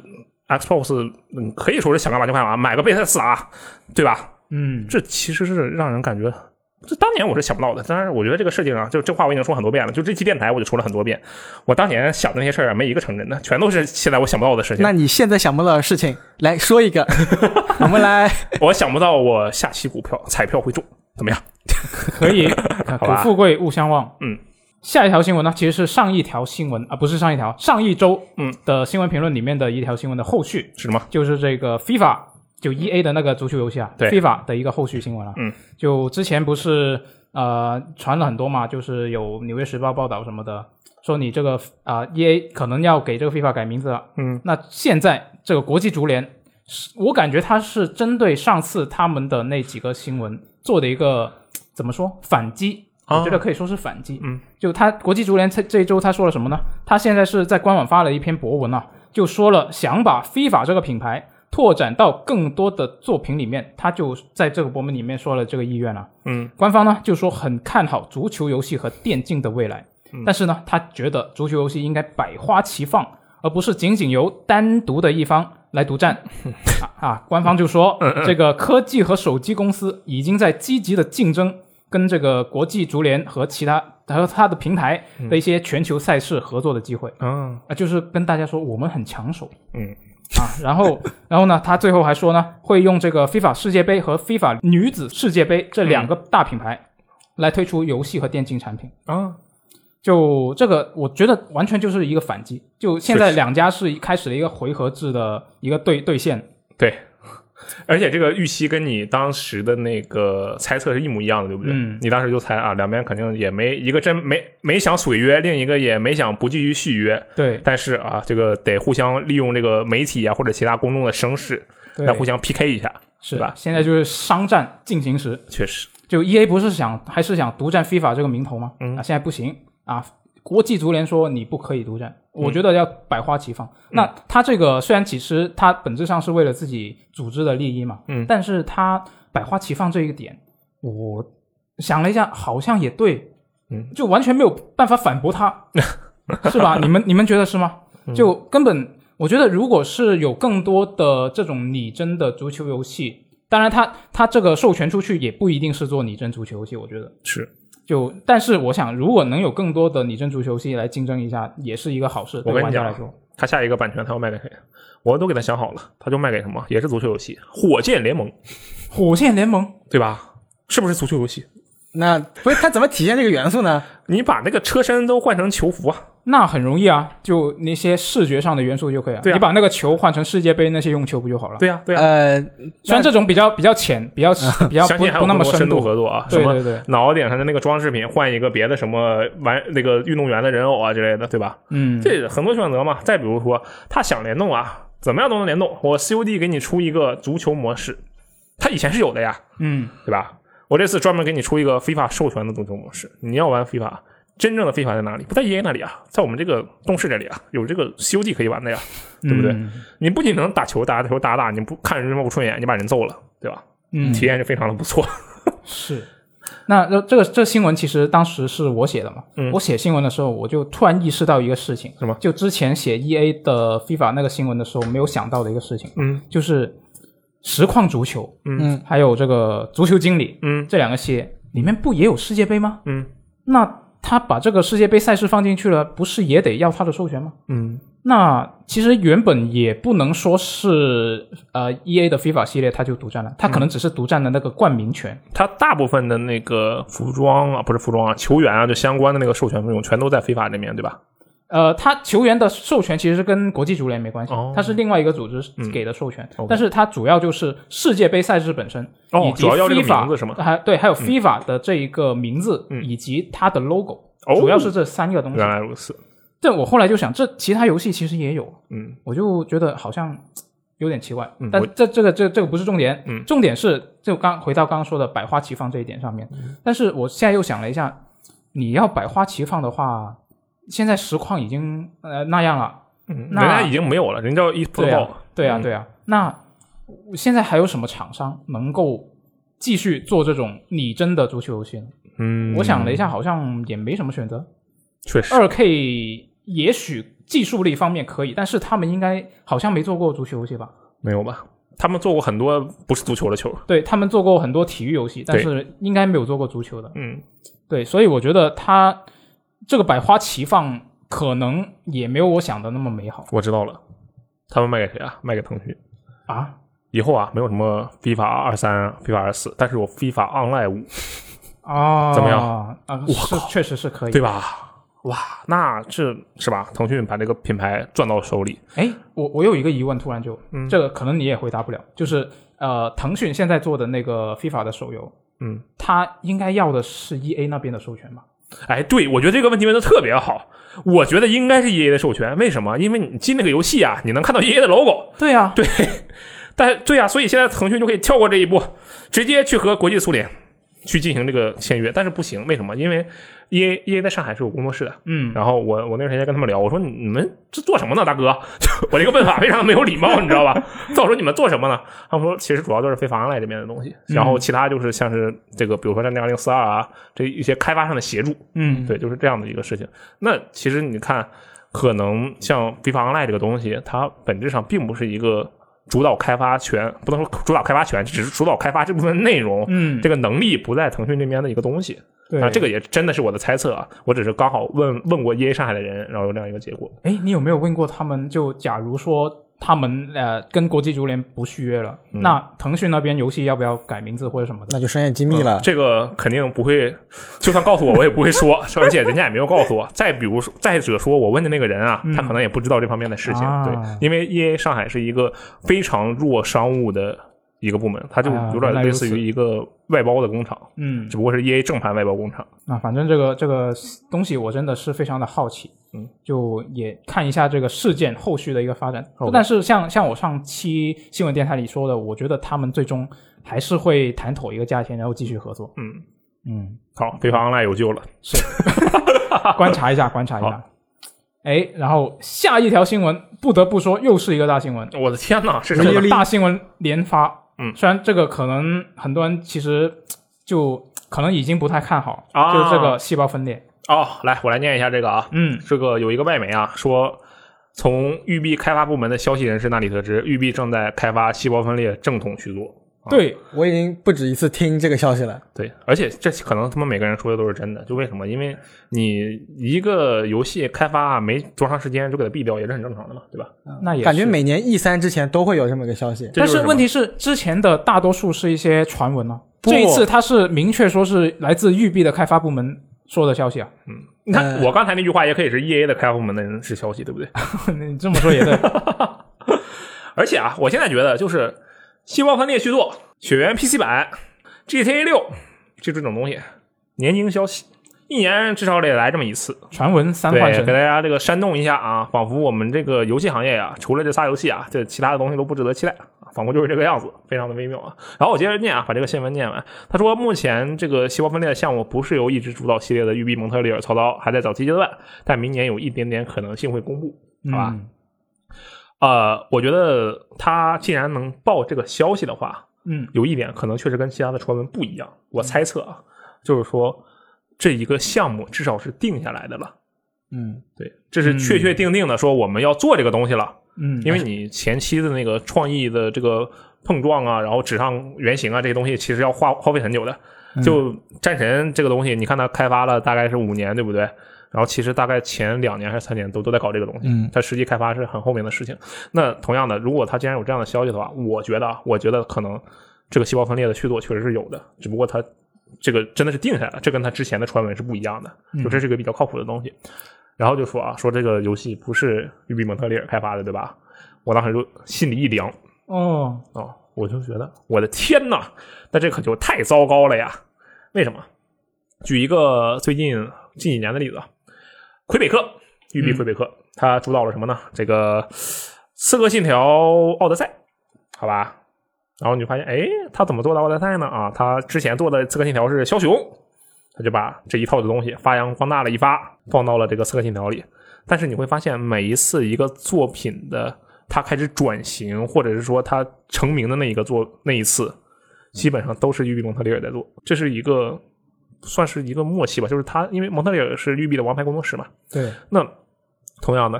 Xbox 嗯可以说是想干嘛就干嘛，买个贝塞斯啊，对吧？
嗯，
这其实是让人感觉，这当年我是想不到的。当然，我觉得这个事情啊，就这话我已经说很多遍了，就这期电台我就说了很多遍。我当年想的那些事儿啊没一个成真的，全都是现在我想不到的事情
那。你现在想不到的事情，来 说一个，我们来，
我想不到我下期股票彩票会中，怎么样？
可以，
好
古
吧
富贵勿相忘。
嗯，
下一条新闻呢，其实是上一条新闻啊，不是上一条，上一周
嗯
的新闻评论里面的一条新闻的后续，
是吗？
就是这个 FIFA 就 E A 的那个足球游戏啊
对
，FIFA 的一个后续新闻啊。
嗯，
就之前不是呃传了很多嘛，就是有《纽约时报》报道什么的，说你这个啊 E A 可能要给这个 FIFA 改名字了。
嗯，
那现在这个国际足联，是我感觉它是针对上次他们的那几个新闻做的一个怎么说反击。
啊
我觉得可以说是反击，
嗯，
就他国际足联这这一周他说了什么呢？他现在是在官网发了一篇博文啊，就说了想把 FIFA 这个品牌拓展到更多的作品里面，他就在这个博文里面说了这个意愿了、
嗯，
官方呢就说很看好足球游戏和电竞的未来，但是呢，他觉得足球游戏应该百花齐放，而不是仅仅由单独的一方来独占。啊啊，官方就说这个科技和手机公司已经在积极的竞争，跟这个国际足联和其他和它的平台的一些全球赛事合作的机会。
嗯
啊，就是跟大家说我们很抢手，
嗯
啊，然后然后呢，他最后还说呢，会用这个 FIFA 世界杯和 FIFA 女子世界杯这两个大品牌来推出游戏和电竞产品。
啊，
就这个，我觉得完全就是一个反击。就现在两家是开始了一个回合制的一个对对线，
对。而且这个预期跟你当时的那个猜测是一模一样的，对不对？
嗯
你当时就猜啊，两边肯定也没一个真没没想毁约，另一个也没想不继续续约，
对
但是啊，这个得互相利用这个媒体啊或者其他公众的声势，
对
来互相 PK 一下，
是
对吧？
现在就是商战进行时，
确实，
就 E A 不是想还是想独占 FIFA 这个名头吗？
嗯
啊，现在不行啊，国际足联说你不可以独占，
嗯
我觉得要百花齐放。那他这个虽然其实他本质上是为了自己组织的利益嘛，
嗯
但是他百花齐放这一个点，我想了一下，好像也对。
嗯，
就完全没有办法反驳 他，是吧？你们你们觉得是吗？
嗯
就根本，我觉得如果是有更多的这种拟真的足球游戏，当然它它这个授权出去也不一定是做拟真足球游戏，我觉得
是
就，但是我想，如果能有更多的拟真足球游戏来竞争一下，也是一个好事，对
我跟你
玩家
讲啊
来说。
他下一个版权他要卖给谁？啊我都给他想好了，他就卖给什么？也是足球游戏，《火箭联盟》，
火线联盟
对吧？是不是足球游戏？
那不是他怎么体现这个元素呢？
你把那个车身都换成球服啊！
那很容易啊，就那些视觉上的元素就可以了。
对啊
你把那个球换成世界杯那些用球不就好了？
对呀、啊对呀、
呃，
虽然这种比较比较浅，比较 比较呃
相
不
信还有
不那
更
么
多深
度
合作啊，什
对
么
对对，
脑顶上的那个装饰品换一个别的什么玩那个运动员的人偶啊之类的，对吧？
嗯，
这很多选择嘛。再比如说，他想联动啊，怎么样都能联动。我 COD 给你出一个足球模式，它以前是有的呀，
嗯，
对吧？我这次专门给你出一个 FIFA 授权的足球模式，你要玩 FIFA，真正的 FIFA 在哪里？不在 EA 那里啊，在我们这个动视这里啊，有这个 COD 可以玩的呀。对不对
嗯？
你不仅能打球打打球打打，你不看人他妈不顺眼，你把人揍了，对吧？
嗯，
体验是非常的不错。
是。那这这个这新闻其实当时是我写的嘛，
嗯
我写新闻的时候，我就突然意识到一个事情，
什么
就之前写 E A 的 FIFA 那个新闻的时候，没有想到的一个事情，
嗯，
就是实况足球，
嗯，
还有这个足球经理，
嗯
这两个系列里面不也有世界杯吗？
嗯
那他把这个世界杯赛事放进去了，不是也得要他的授权吗？
嗯，
那其实原本也不能说是呃 E A 的 FIFA 系列它就独占了，它
嗯
可能只是独占了那个冠名权。
他大部分的那个服装啊，不是服装啊，球员啊，就相关的那个授权费用全都在非法这边，对吧？
呃，它球员的授权其实是跟国际足联没关系，
哦嗯
它是另外一个组织给的授权，
OK
但是它主要就是世界杯赛事本身，
哦
以及
主要要这个
FIFA
名字是吗嗯
还对，还有 FIFA 的这一个名字、以及它的 logo，、
哦
主要是这三个东西
原。来如此，
但我后来就想，这其他游戏其实也有，啊
嗯，
我就觉得好像嘖有点奇怪。
嗯
但
我
这这个这这个不是重点，
嗯
重点是就刚回到刚刚说的百花齐放这一点上面。
嗯
但是我现在又想了一下，你要百花齐放的话，现在实况已经呃那样了，
嗯人
那
家已经没有了，人家一
对
football，
啊，对啊，
嗯
对啊。那现在还有什么厂商能够继续做这种拟真的足球游戏呢？
嗯，
我想了一下，好像也没什么选择。
确实，
二 K 也许技术力方面可以，但是他们应该好像没做过足球游戏吧？
没有吧？他们做过很多不是足球的球，
对他们做过很多体育游戏，但
对
是应该没有做过足球的。
嗯，
对，所以我觉得他这个百花齐放可能也没有我想的那么美好
我知道了，他们卖给谁啊？卖给腾讯。
啊。
以后啊，没有什么 FIFA 二三、FIFA 二四，但是有 FIFA Online 五，
哦，
怎么样
啊？是确实是可以
对。吧？哇，那这是吧？腾讯把这个品牌攥到手里，
哎，我我有一个疑问，突然就，
嗯
这个可能你也回答不了，就是呃，腾讯现在做的那个 FIFA 的手游，
嗯，
它应该要的是 EA 那边的授权吧？
哎，对，我觉得这个问题问的特别好。我觉得应该是 EA 的授权，为什么？因为你进那个游戏啊，你能看到 EA 的 logo。
对啊，
对，但对啊，所以现在腾讯就可以跳过这一步，直接去和国际足联去进行这个签约。但是不行，为什么？因为 EA EA 在上海是有工作室的。
嗯，
然后我我那段时间跟他们聊，我说你们这做什么呢，大哥？ 就我这个问法非常没有礼貌，你知道吧？再我说你们做什么呢？他们说其实主要就是非法 online 这边的东西，然后其他就是像是这个，比如说像那二零四二啊，这一些开发上的协助，
嗯，
对，就是这样的一个事情。那其实你看，可能像 FIFA Online 这个东西，它本质上并不是一个主导开发权，不能说主导开发权，只是主导开发这部分内容，
嗯
这个能力不在腾讯这边的一个东西
对
啊。这个也真的是我的猜测啊，我只是刚好问问过 EA 上海的人，然后有这样一个结果。
哎，你有没有问过他们？就假如说他们呃跟国际足联不续约了，那腾讯那边游戏要不要改名字或者什么的？
那就商业机密了。
这个肯定不会，就算告诉我，我也不会 说，而且人家也没有告诉我。再比如说，再者说，我问的那个人啊，他可能也不知道这方面的事情，
嗯啊
对，因为 E A 上海是一个非常弱商务的一个部门，它就
啊
有点类似于一个外包的工厂，
嗯
只，不过是 E A 正牌外包工厂。
那反正这个这个东西我真的是非常的好奇，
嗯，
就也看一下这个事件后续的一个发展。
OK
但是像像我上期新闻电台里说的，我觉得他们最终还是会谈妥一个价钱，然后继续合作。
嗯，
嗯，
好，非法 online 有救了。
观察一下，观察一下。哎，然后下一条新闻，不得不说又是一个大新闻，
我的天哪，是什
这
么？
个大新闻连发。
嗯
虽然这个可能很多人其实就可能已经不太看好，
啊
就是这个细胞分裂。
哦，来，我来念一下这个啊，
嗯，
这个有一个外媒啊说，从育碧开发部门的消息人士那里得知，育碧正在开发细胞分裂正统续作。
对，
我已经不止一次听这个消息了。
对，而且这可能他们每个人说的都是真的，就为什么？因为你一个游戏开发啊没多长时间就给它毙掉，也是很正常的嘛，对吧？
那也是
感觉每年 E 三之前都会有这么一个消息。
嗯这
但
就是什么
问题是，之前的大多数是一些传闻啊。
不
这一次他是明确说是来自育碧的开发部门说的消息啊。
你看
呃
我刚才那句话也可以是 E A 的开发部门的人是消息，对不对？
你这么说也对，
而且啊，我现在觉得就是《细胞分裂续作》、《血缘 PC 版》、GTA 六就这种东西，年经消息，一年至少得来这么一次。
传闻三
对
幻，
给
神。
大家这个煽动一下啊，仿佛我们这个游戏行业呀、除了这仨游戏啊，这其他的东西都不值得期待，啊仿佛就是这个样子，非常的微妙啊。然后我接着念啊，把这个新闻念完。他说，目前这个细胞分裂的项目不是由一直主导系列的育碧蒙特利尔操刀，还在早期阶段，但明年有一点点可能性会公布。好吧
嗯
呃，我觉得他既然能报这个消息的话，
嗯，
有一点可能确实跟其他的传闻不一样。我猜测啊，就是说这一个项目至少是定下来的了。
嗯，
对，这是确确定定的说我们要做这个东西了，
嗯，
因为你前期的那个创意的这个碰撞啊，然后纸上原型啊这些东西，其实要花耗费很久的。就战神这个东西，你看它开发了大概是五年，对不对？然后其实大概前两年还是三年都都在搞这个东西，
嗯
它实际开发是很后面的事情。那同样的，如果它既然有这样的消息的话，我觉得啊，我觉得可能这个细胞分裂的续作确实是有的，只不过它这个真的是定下来了，这跟它之前的传闻是不一样的，就这是个比较靠谱的东西。然后就说啊，说这个游戏不是育碧蒙特利尔开发的，对吧？我当时就心里一凉啊、
哦，
哦我就觉得我的天呐，那这可就太糟糕了呀！为什么？举一个最近近几年的例子，啊，魁北克，育碧魁北克，他、主导了什么呢？这个《刺客信条：奥德赛》，好吧？然后你就发现，哎，他怎么做的奥德赛呢？啊，他之前做的《刺客信条》是枭雄，他就把这一套的东西发扬光大了一发，放到了这个《刺客信条》里。但是你会发现，每一次一个作品的它开始转型，或者是说它成名的那一个作那一次，基本上都是育碧蒙特利尔在做，这是一个算是一个默契吧，就是他因为蒙特利尔是育碧的王牌工作室嘛。
对，
那同样的，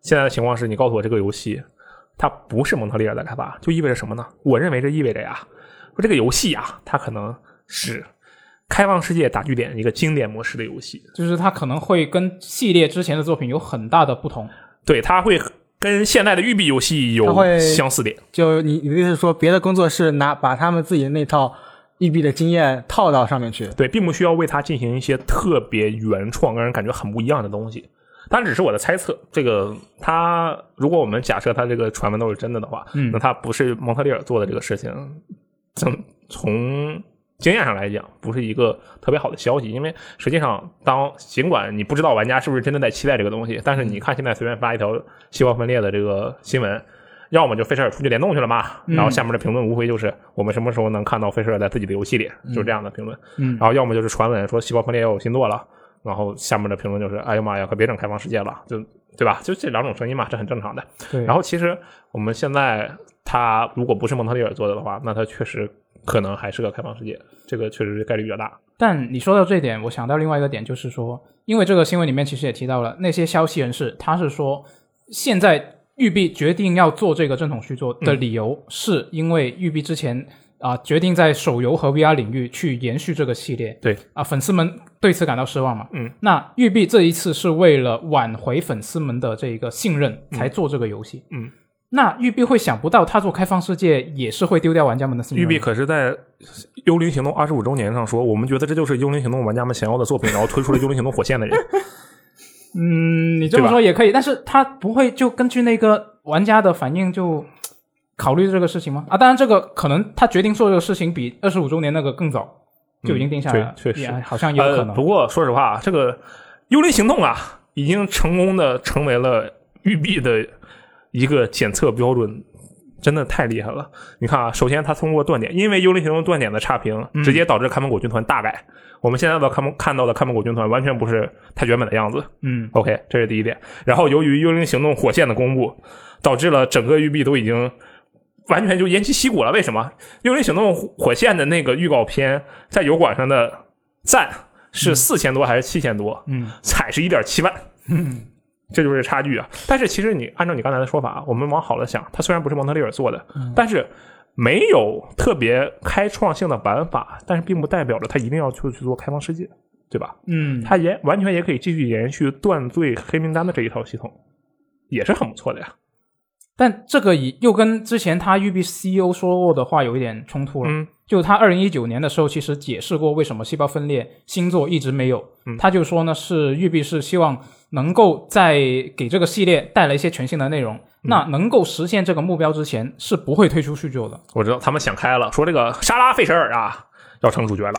现在的情况是你告诉我这个游戏它不是蒙特利尔在开发，就意味着什么呢？我认为这意味着呀，说这个游戏啊，它可能是开放世界打据点一个经典模式的游戏，
就是它可能会跟系列之前的作品有很大的不同。
对，它会跟现在的育碧游戏
它
有
会
相似点。
就你你的意思是说，别的工作室拿把他们自己的那套 EB 的经验套到上面去？
对，并不需要为它进行一些特别原创、让人感觉很不一样的东西。当然，只是我的猜测。这个它，如果我们假设它这个传闻都是真的的话，
嗯
那它不是蒙特利尔做的这个事情，从从经验上来讲，不是一个特别好的消息。因为实际上，当尽管你不知道玩家是不是真的在期待这个东西，但是
嗯
你看现在随便发一条细胞分裂的这个新闻。要么就费舍尔出去联动去了嘛，
嗯
然后下面的评论无非就是我们什么时候能看到费舍尔在自己的游戏里，就是这样的评论。
嗯
然后要么就是传闻说细胞分裂要有新作了，然后下面的评论就是哎呀妈呀，可别整开放世界了，就对吧？就这两种声音嘛，这很正常的。
对，
然后其实我们现在它如果不是蒙特利尔做的的话，那它确实可能还是个开放世界，这个确实是概率比较大。
但你说到这一点，我想到另外一个点，就是说，因为这个新闻里面其实也提到了，那些消息人士他是说，现在育碧决定要做这个正统续作的理由，是因为育碧之前啊、决定在手游和 VR 领域去延续这个系列，
对
啊、粉丝们对此感到失望嘛。
嗯，
那育碧这一次是为了挽回粉丝们的这个信任才做这个游戏，
嗯
那育碧会想不到他做开放世界也是会丢掉玩家们的信任
育
吗，
碧可是在《幽灵行动》二十五周年上说，我们觉得这就是《幽灵行动》玩家们想要的作品，然后推出了《幽灵行动：火线》的人。
嗯，你这么
对吧
说也可以，但是他不会就根据那个玩家的反应就嘖考虑这个事情吗？啊，当然，这个可能他决定做这个事情比二十五周年那个更早就已经定下来了，
嗯对确实
也好像也有可
呃。
能。
不过说实话，这个《幽灵行动》啊，已经成功的成为了育碧的一个检测标准，真的太厉害了。你看啊，首先它通过断点，因为《幽灵行动》断点的差评，
嗯
直接导致看门狗军团大改。我们现在的看门看到的看门狗军团完全不是它原本的样子。
嗯，
OK，这是第一点。然后由于《幽灵行动：火线》的公布，导致了整个育碧都已经完全就偃旗息鼓了。为什么？《幽灵行动：火线》的那个预告片在油管上的赞是四千多还是七千多，
嗯，
踩是一点七万，这就是差距啊。但是其实你按照你刚才的说法，啊我们往好了想，它虽然不是蒙特利尔做的，但是没有特别开创性的玩法，但是并不代表着它一定要去去做开放世界，对吧？
嗯，
它延完全也可以继续延续断罪黑名单的这一套系统，也是很不错的呀。
但这个也又跟之前他 UB CEO E 说过的话有一点冲突了。
嗯
就他二零一九年的时候，其实解释过为什么细胞分裂星座一直没有。
嗯
他就说呢，是育碧是希望能够在给这个系列带来一些全新的内容。
嗯
那能够实现这个目标之前，是不会推出续作的。
我知道他们想开了，说这个莎拉·费舍尔啊要成主角 了，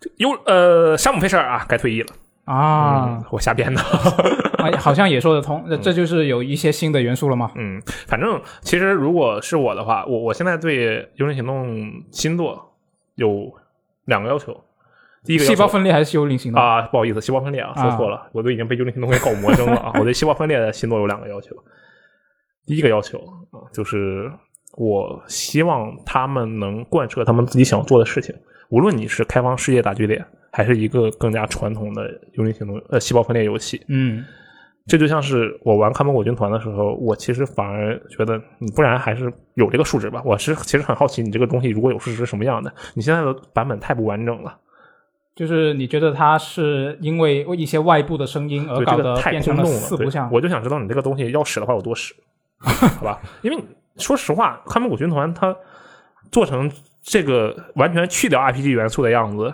这有呃山姆·费舍尔啊该退役了
啊
嗯，我瞎 编的。
哎，好像也说得通，这这就是有一些新的元素了嘛。
嗯，反正其实如果是我的话，我我现在对《幽灵行动》新作有两个要求，第一个要求
细胞分裂还是幽灵行动？
啊，不好意思，细胞分裂啊，说错了，我都已经被《幽灵行动》给搞魔怔了啊！我对细胞分裂的新作有两个要求，第一个要求啊，就是我希望他们能贯彻他们自己想做的事情，无论你是开放世界大据点，还是一个更加传统的《幽灵行动》呃细胞分裂游戏，
嗯，
这就像是我玩看门狗军团的时候，我其实反而觉得你不然还是有这个数值吧。我是其实很好奇你这个东西如果有数值是什么样的。你现在的版本太不完整了，
就是你觉得它是因为一些外部的声音而呃
对
搞
这
得
个太
变成
空洞
四
了。
不
对
像？
我就想知道你这个东西要使的话有 多使，好吧？因为说实话，看门狗军团它做成这个完全去掉 RPG 元素的样子，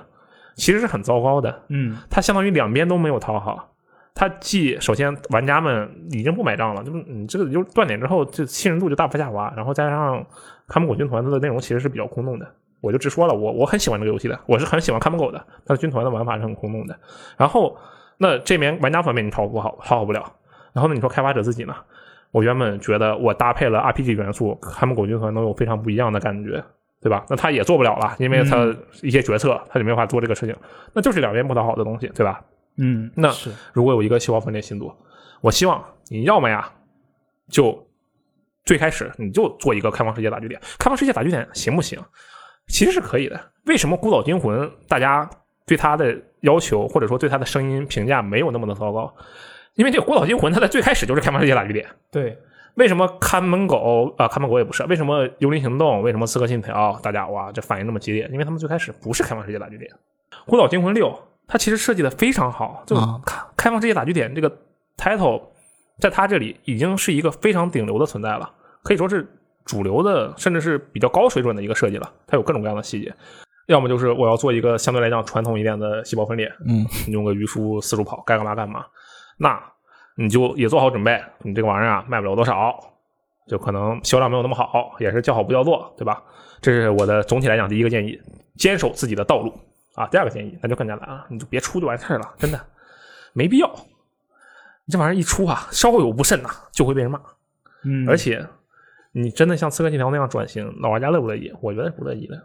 其实是很糟糕的。
嗯
它相当于两边都没有讨好。它既首先玩家们已经不买账了，就是你这个就断点之后，这信任度就大幅下滑，然后加上看门狗军团它的内容其实是比较空洞的。我就直说了，我我很喜欢这个游戏的，我是很喜欢看门狗的，它的军团的玩法是很空洞的。然后那这边玩家方面你讨好不好，讨好不了。然后呢，你说开发者自己呢？我原本觉得我搭配了 RPG 元素，看门狗军团能有非常不一样的感觉，对吧？那他也做不了了，因为他一些决策，他就没法做这个事情。那就是两边不讨好的东西，对吧？
嗯，
那
是
如果有一个细胞分裂新作，我希望你要么呀，就最开始你就做一个开放世界打据点，开放世界打据点行不行？其实是可以的。为什么《孤岛惊魂》大家对它的要求或者说对它的声音评价没有那么的糟糕？因为这个《孤岛惊魂》它在最开始就是开放世界打据点，
对，
为什么看门狗啊、呃看门狗也不是？为什么幽灵行动？为什么刺客信条？大家哇，这反应那么激烈？因为他们最开始不是开放世界打据点。孤岛惊魂六，它其实设计的非常好，就
啊
开开放世界打据点这个 title，在它这里已经是一个非常顶流的存在了，可以说是主流的，甚至是比较高水准的一个设计了。它有各种各样的细节，要么就是我要做一个相对来讲传统一点的细胞分裂，
嗯，
用个鱼书四处跑，该干嘛干嘛。那你就也做好准备，你这个玩意儿啊卖不了多少，就可能销量没有那么好，也是叫好不叫座，对吧？这是我的总体来讲第一个建议，坚守自己的道路啊。第二个建议那就更简单了，你就别出就完事儿了，真的没必要。你这玩意儿一出啊，稍有不慎呐、就会被人骂。
嗯，
而且你真的像《刺客信条》那样转型，老玩家乐不乐意？我觉得是不乐意的。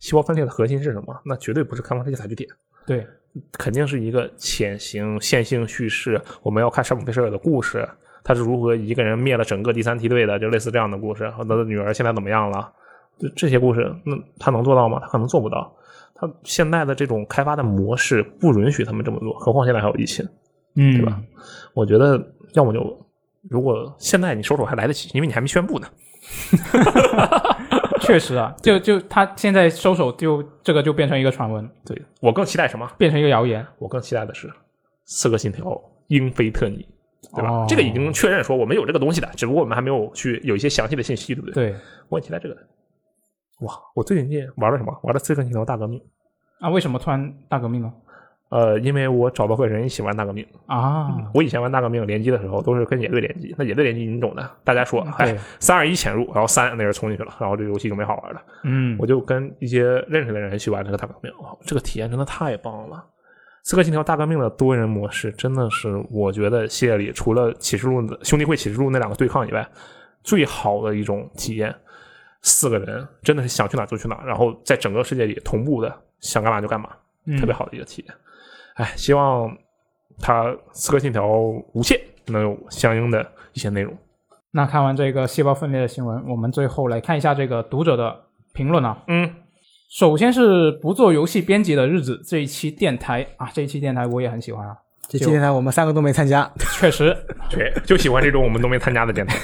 细胞分裂的核心是什么？那绝对不是开放世界才去点，
对，
肯定是一个潜行线性叙事。我们要看山姆·费舍尔的故事，他是如何一个人灭了整个第三梯队的，就类似这样的故事。他的女儿现在怎么样了？就这些故事，那他能做到吗？他可能做不到。他现在的这种开发的模式不允许他们这么做，何况现在还有疫情。
嗯，
对吧？我觉得要么就，如果现在你收手还来得及，因为你还没宣布呢。
确实 啊，就就他现在收手就这个就变成一个传闻，
对我更期待什么？
变成一个谣言。
我更期待的是《刺客信条：英菲特尼》，对吧？
哦
这个已经确认说我们有这个东西的，只不过我们还没有去有一些详细的信息，对不对？
对
我很期待这个。哇，我最近玩了什么？玩了《刺客信条：大革命》。
啊，为什么突然大革命了？
呃，因为我找到个人一起玩大革命。
啊，
我以前玩大革命联机的时候，都是跟野队联机。那野队联机你懂的，大家说，哎
对，
三二一潜入，然后三那人冲进去了，然后这个游戏就没好玩了。
嗯，
我就跟一些认识的人去玩这个大革命，哇，这个体验真的太棒了！《刺客信条：大革命》的多人模式真的是我觉得系列里除了启示录的兄弟会启示录那两个对抗以外，最好的一种体验。四个人真的是想去哪就去哪，然后在整个世界里同步的想干嘛就干嘛，
嗯
特别好的一个体验。哎，希望它《刺客信条：无限》能有相应的一些内容。
那看完这个细胞分裂的新闻，我们最后来看一下这个读者的评论啊。
嗯
首先是不做游戏编辑的日子这一期电台啊，这一期电台我也很喜欢啊，
这期电台我们三个都没参加，
确实
对，就喜欢这种我们都没参加的电台。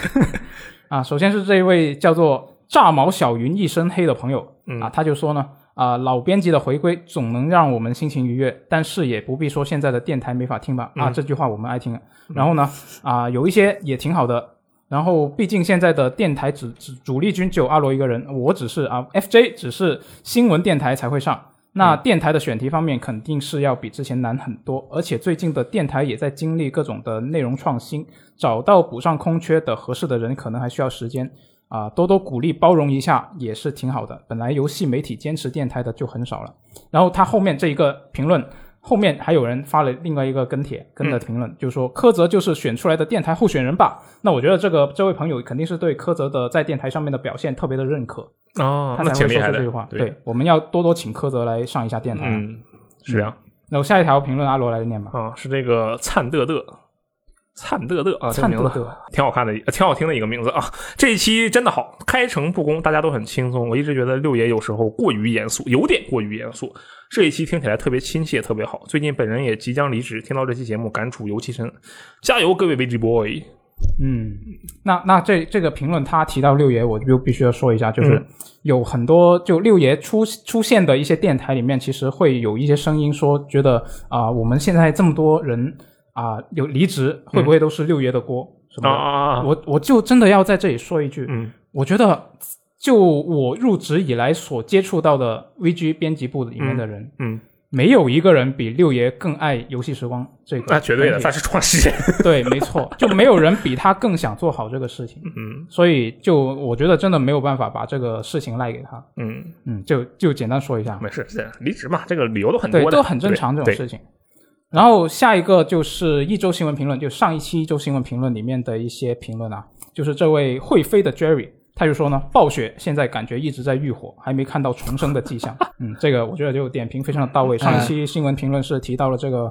啊，首先是这一位叫做炸毛小云一身黑的朋友啊，他就说呢，啊，老编辑的回归总能让我们心情愉悦，但是也不必说现在的电台没法听吧，啊，这句话我们爱听。然后呢，啊，有一些也挺好的。然后，毕竟现在的电台只只主力军只有阿罗一个人，我只是啊，FJ 只是新闻电台才会上。那电台的选题方面肯定是要比之前难很多，而且最近的电台也在经历各种的内容创新，找到补上空缺的合适的人可能还需要时间啊、多多鼓励包容一下也是挺好的。本来游戏媒体坚持电台的就很少了，然后他后面这一个评论。后面还有人发了另外一个跟帖，跟的评论，就说柯泽就是选出来的电台候选人吧。那我觉得这个这位朋友肯定是对柯泽的在电台上面的表现特别的认可，
哦
他才
那
会
挺
说
厉害
出
的
这句话。
对，
我们要多多请柯泽来上一下电台啊。
嗯，是这样
那我下一条评论阿罗来念 吧。
啊，是这个灿嘚嘚，灿嘚嘚啊，这个
灿
名
德
字
德，
挺好看的，呃挺好听的一个名字啊。这一期真的好，开诚布公，大家都很轻松。我一直觉得六爷有时候过于严肃，有点过于严肃。这一期听起来特别亲切，特别好。最近本人也即将离职，听到这期节目感触尤其深。加油，各位 VG boy！
嗯，那那这这个评论他提到六爷，我就必须要说一下，就是
嗯
有很多就六爷出出现的一些电台里面，其实会有一些声音说，觉得啊、我们现在这么多人啊、有离职，会不会都是六爷的锅？什
啊
么的？
啊啊！
我我就真的要在这里说一句，
嗯
我觉得就我入职以来所接触到的 VG 编辑部里面的人，
嗯，
没有一个人比六爷更爱游戏时光这个
那、绝对的，
团体
他是创始人。
对，没 错，就没有人比他更想做好这个事情，
嗯
所以就我觉得真的没有办法把这个事情赖给他。
嗯，
嗯，就就简单说一下，
没事，这样离职嘛，这个理由都很多
对，
的，
都很正常这
对
种事情。然后下一个就是一周新闻评论，就上一期一周新闻评论里面的一些评论啊，就是这位会飞的 Jerry，他就说呢，暴雪现在感觉一直在浴火，还没看到重生的迹象。嗯，这个我觉得就点评非常的到位。上
嗯
一期新闻评论是提到了这个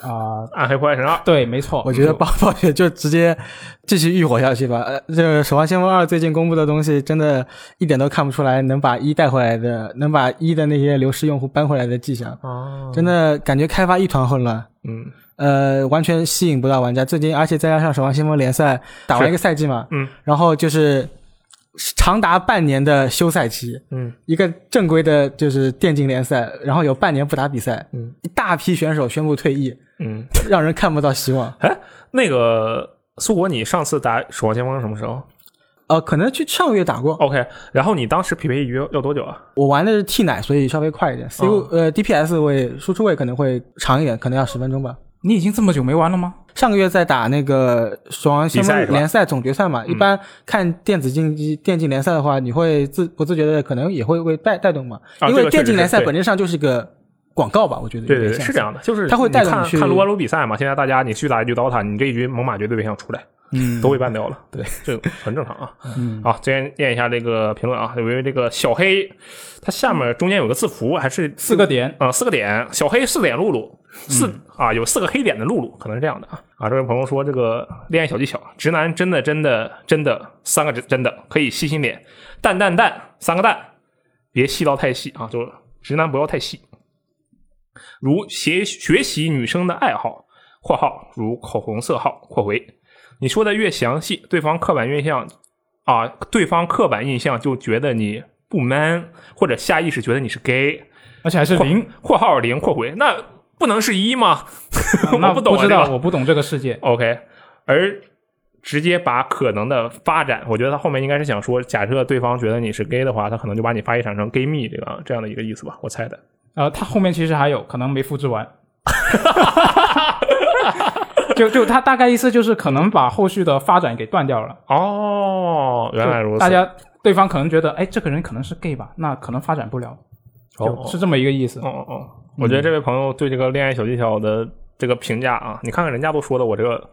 啊、
暗黑破坏神二，
对，没错，嗯
我觉得暴 暴雪就直接继续浴火下去吧。呃，这个《守望先锋二》最近公布的东西，真的一点都看不出来能把一带回来的，能把一的那些流失用户搬回来的迹象。
哦，
真的感觉开发一团混乱，
嗯
呃，完全吸引不到玩家。最近，而且再加上《守望先锋》联赛打完一个赛季嘛，
嗯
然后就是长达半年的休赛期，
嗯
一个正规的就是电竞联赛，然后有半年不打比赛，
嗯
一大批选手宣布退役，
嗯，
让人看不到希望。
哎，那个苏国，你上次打《守望先锋》什么时候
呃，可能去上个月打过，
？OK，然后你当时匹配鱼要多久啊？
我玩的是 T 奶，所以稍微快一点。C
哦
呃 DPS 位输出位可能会长一点，可能要十分钟吧。
你已经这么久没玩了吗？
上个月在打那个《守望先
比
锋
赛是》吧嗯
联赛总决赛嘛，一般看电子竞技、电竞联赛的话，你会自不自觉的可能也会被带带动嘛，
啊
因
这
为
个
电竞
确实
联赛
对
本质上就是个广告吧，我觉得
对对对，
有点像
是这样的，就是
它会带
你
动
看
你去
看撸啊撸比赛嘛。现在大家你去打一局 DOTA，你这一局猛犸绝对别想出来，
嗯，
都被办掉了，对，这个很正常 啊。
嗯
好，这边念一下这个评论啊，有一位这个小黑，他下面中间有个字符，还是
四个点，
啊、四个点，小黑四点露露，四、啊有四个黑点的露露，可能是这样的啊啊。这位朋友说这个恋爱小技巧，直男真的真的真的三个真真的可以细心点，蛋蛋蛋三个蛋，别细到太细啊，就是直男不要太细。如学学习女生的爱好（括号如口红色号）（括回），你说的越详细，对方刻板印象啊，对方刻板印象就觉得你不 man，或者下意识觉得你是 gay。
而且还是零，
括号零括回，那不能是一吗？
那
我懂、啊、
知
这
道，
个
我不懂这个世界。
OK，而直接把可能的发展，我觉得他后面应该是想说，假设对方觉得你是 gay 的话，他可能就把你发译产生 gay 蜜这个这样的一个意思吧，我猜的。
呃，他后面其实还有可能没复制完， 就就他大概意思就是可能把后续的发展给断掉了。
哦，原来如
就
此，
大家对方可能觉得，哎，这个人可能是 gay 吧，那可能发展不了，
哦
就是这么一个意思。
哦哦哦，我
嗯
觉得这位朋友对这个恋爱小技巧的这个评价啊，你看看人家都说的我这个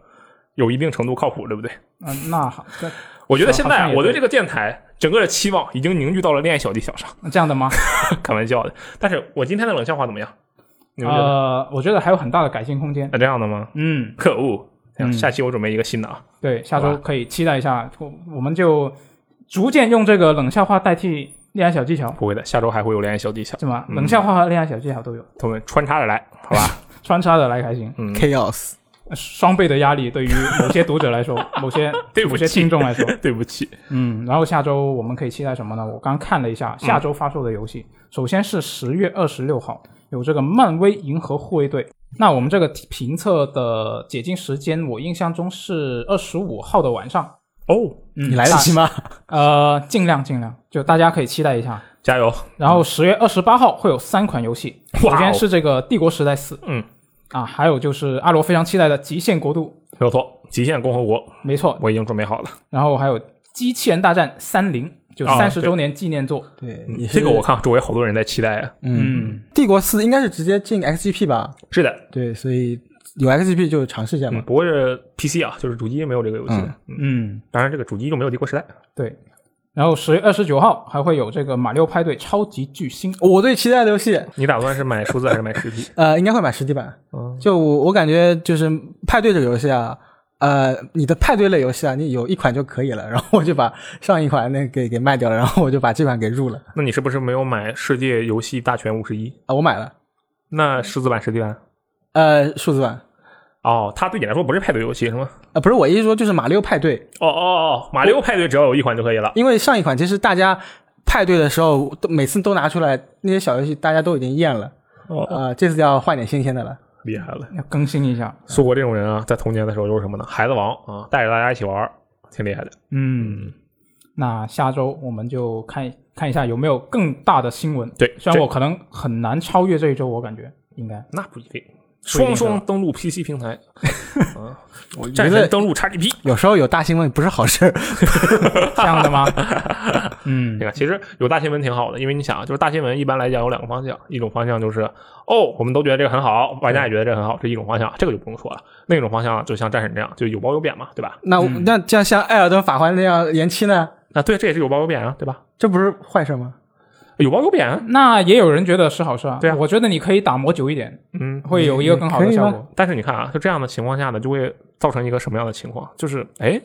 有一定程度靠谱，对不对？
嗯、那好，这
我觉得现在
好
啊
像也
我对
对
这个电台整个的期望已经凝聚到了恋爱小技巧上，
这样的吗？
开玩笑的。但是我今天的冷笑话怎么样？你们觉得？哎
呃，我觉得还有很大的改进空间。
那这样的吗？
嗯，
可恶！哎呀
嗯
下期我准备一个新的啊。
对，下
好
周
吧
可以期待一下，我我们就逐渐用这个冷笑话代替恋爱小技巧
不会的，下周还会有恋爱小技巧，
是吗？冷笑话和恋爱小技巧都有，
我们穿插着来， 好吧？
穿插的来还行。
嗯，
chaos，
呃双倍的压力对于某些读者来 说，某些
对不
某些
起
听，众 来说，
对不起，
嗯，然后下周我们可以期待什么呢？我刚看了一下下周发售的游戏，
嗯
首先是十月二十六号有这个《漫威银河护卫队》。那我们这个评测的解禁时间，我印象中是二十五号的晚上。
哦，
嗯，
你来得及吗？
呃，尽量尽量，就大家可以期待一下。
加油！
然后十月二十八号会有三款游戏，
哇哦
首先是这个《帝国时代四》，
嗯，
啊，还有就是阿罗非常期待的《极限国度
没有错，极限共和国》，
没错，
我已经准备好了，
然后还有《机器人大战三零》，就
啊
三十周年纪念作。
对
嗯这个我看周围好多人在期待啊。
嗯，
帝国四应该是直接进 XGP 吧？
是的，
对，所以有 XGP 就尝试一下
嗯
嘛。
不过是 PC 啊，就是主机没有这个游戏的。嗯，
嗯，
当然这个主机就没有帝国时代。
对。然后十月二十九号还会有这个《马六派对超级巨星》。
我最期待的游戏，？
你打算是买数字还是买 实体
呃，应该会买实体版。
嗯
就我我感觉就是派对这个游戏啊，呃，你的派对类游戏啊，你有一款就可以了，然后我就把上一款那个给给卖掉了，然后我就把这款给入了 啊、
那你是不是没有买《世界游戏大全五十一》？
我买了，
那数字版、实体版？
呃，数字版啊、
哦，它对你来说不是派对游戏是吗？
呃不是我意思说就是马六派对，
哦哦哦，马六派对只要有一款就可以了。
因为上一款其实大家呃派对的时候都每次都拿出来那些小游戏，大家都已经厌了，
哦，
呃，这次要换点新鲜的了。
厉害了！
要更新一下，
苏国这种人啊，在童年的时候都是什么呢？孩子王啊，带着大家一起玩儿，挺厉害的。
嗯，那下周我们就看看一下有没有更大的新闻。
对，
虽然
这
我可能很难超越这一周，我感觉应该
那不一定，
不一定
双双登陆 PC 平 台，嗯，我战
觉得
神登陆 XGP。
有时候有大新闻不是好 事儿，
这样的吗？嗯
你看，其实有大新闻挺好的，因为你想啊，就是大新闻一般来讲有两个方向，一种方向就是哦，我们都觉得这个很好，玩家也觉得这个很好，这一种方向，这个就不用说了。另一种方向就像战神这样，就有褒有贬嘛，对吧？
那、那这样像艾尔登法环那样延期呢，
那对，这也是有褒有贬啊，对吧？
这不是坏事吗？
有褒有贬啊，
那也有人觉得是好事啊。
对啊
我觉得你可以打磨久一点，
嗯。
会有一个更好的
可以
效
吗
果。
但是你看啊，就这样的情况下呢，就会造成一个什么样的情况？就是哎，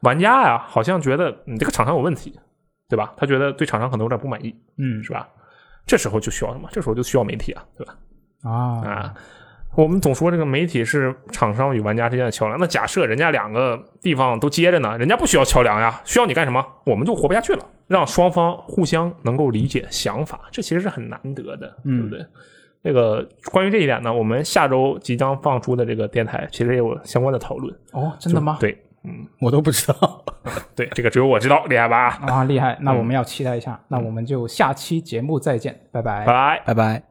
玩家呀、好像觉得嗯你这个厂商有问题，对吧？他觉得对厂商可能有点不满意，
嗯
是吧？这时候就需要什么？这时候就需要媒体啊，对吧？
啊，
啊，我们总说这个媒体是厂商与玩家之间的桥梁。那假设人家两个地方都接着呢，人家不需要桥梁呀，需要你干什么？我们就活不下去了。让双方互相能够理解想法，这其实是很难得的，对不对？这个关于这一点呢，我们下周即将放出的这个电台其实也有相关的讨论。
哦，真的吗？
对
我都不知道。
对，这个只有我知道，厉害吧？
啊，厉害！那我们要期待一下，那我们就下期节目再见，拜拜
拜。拜。
拜拜。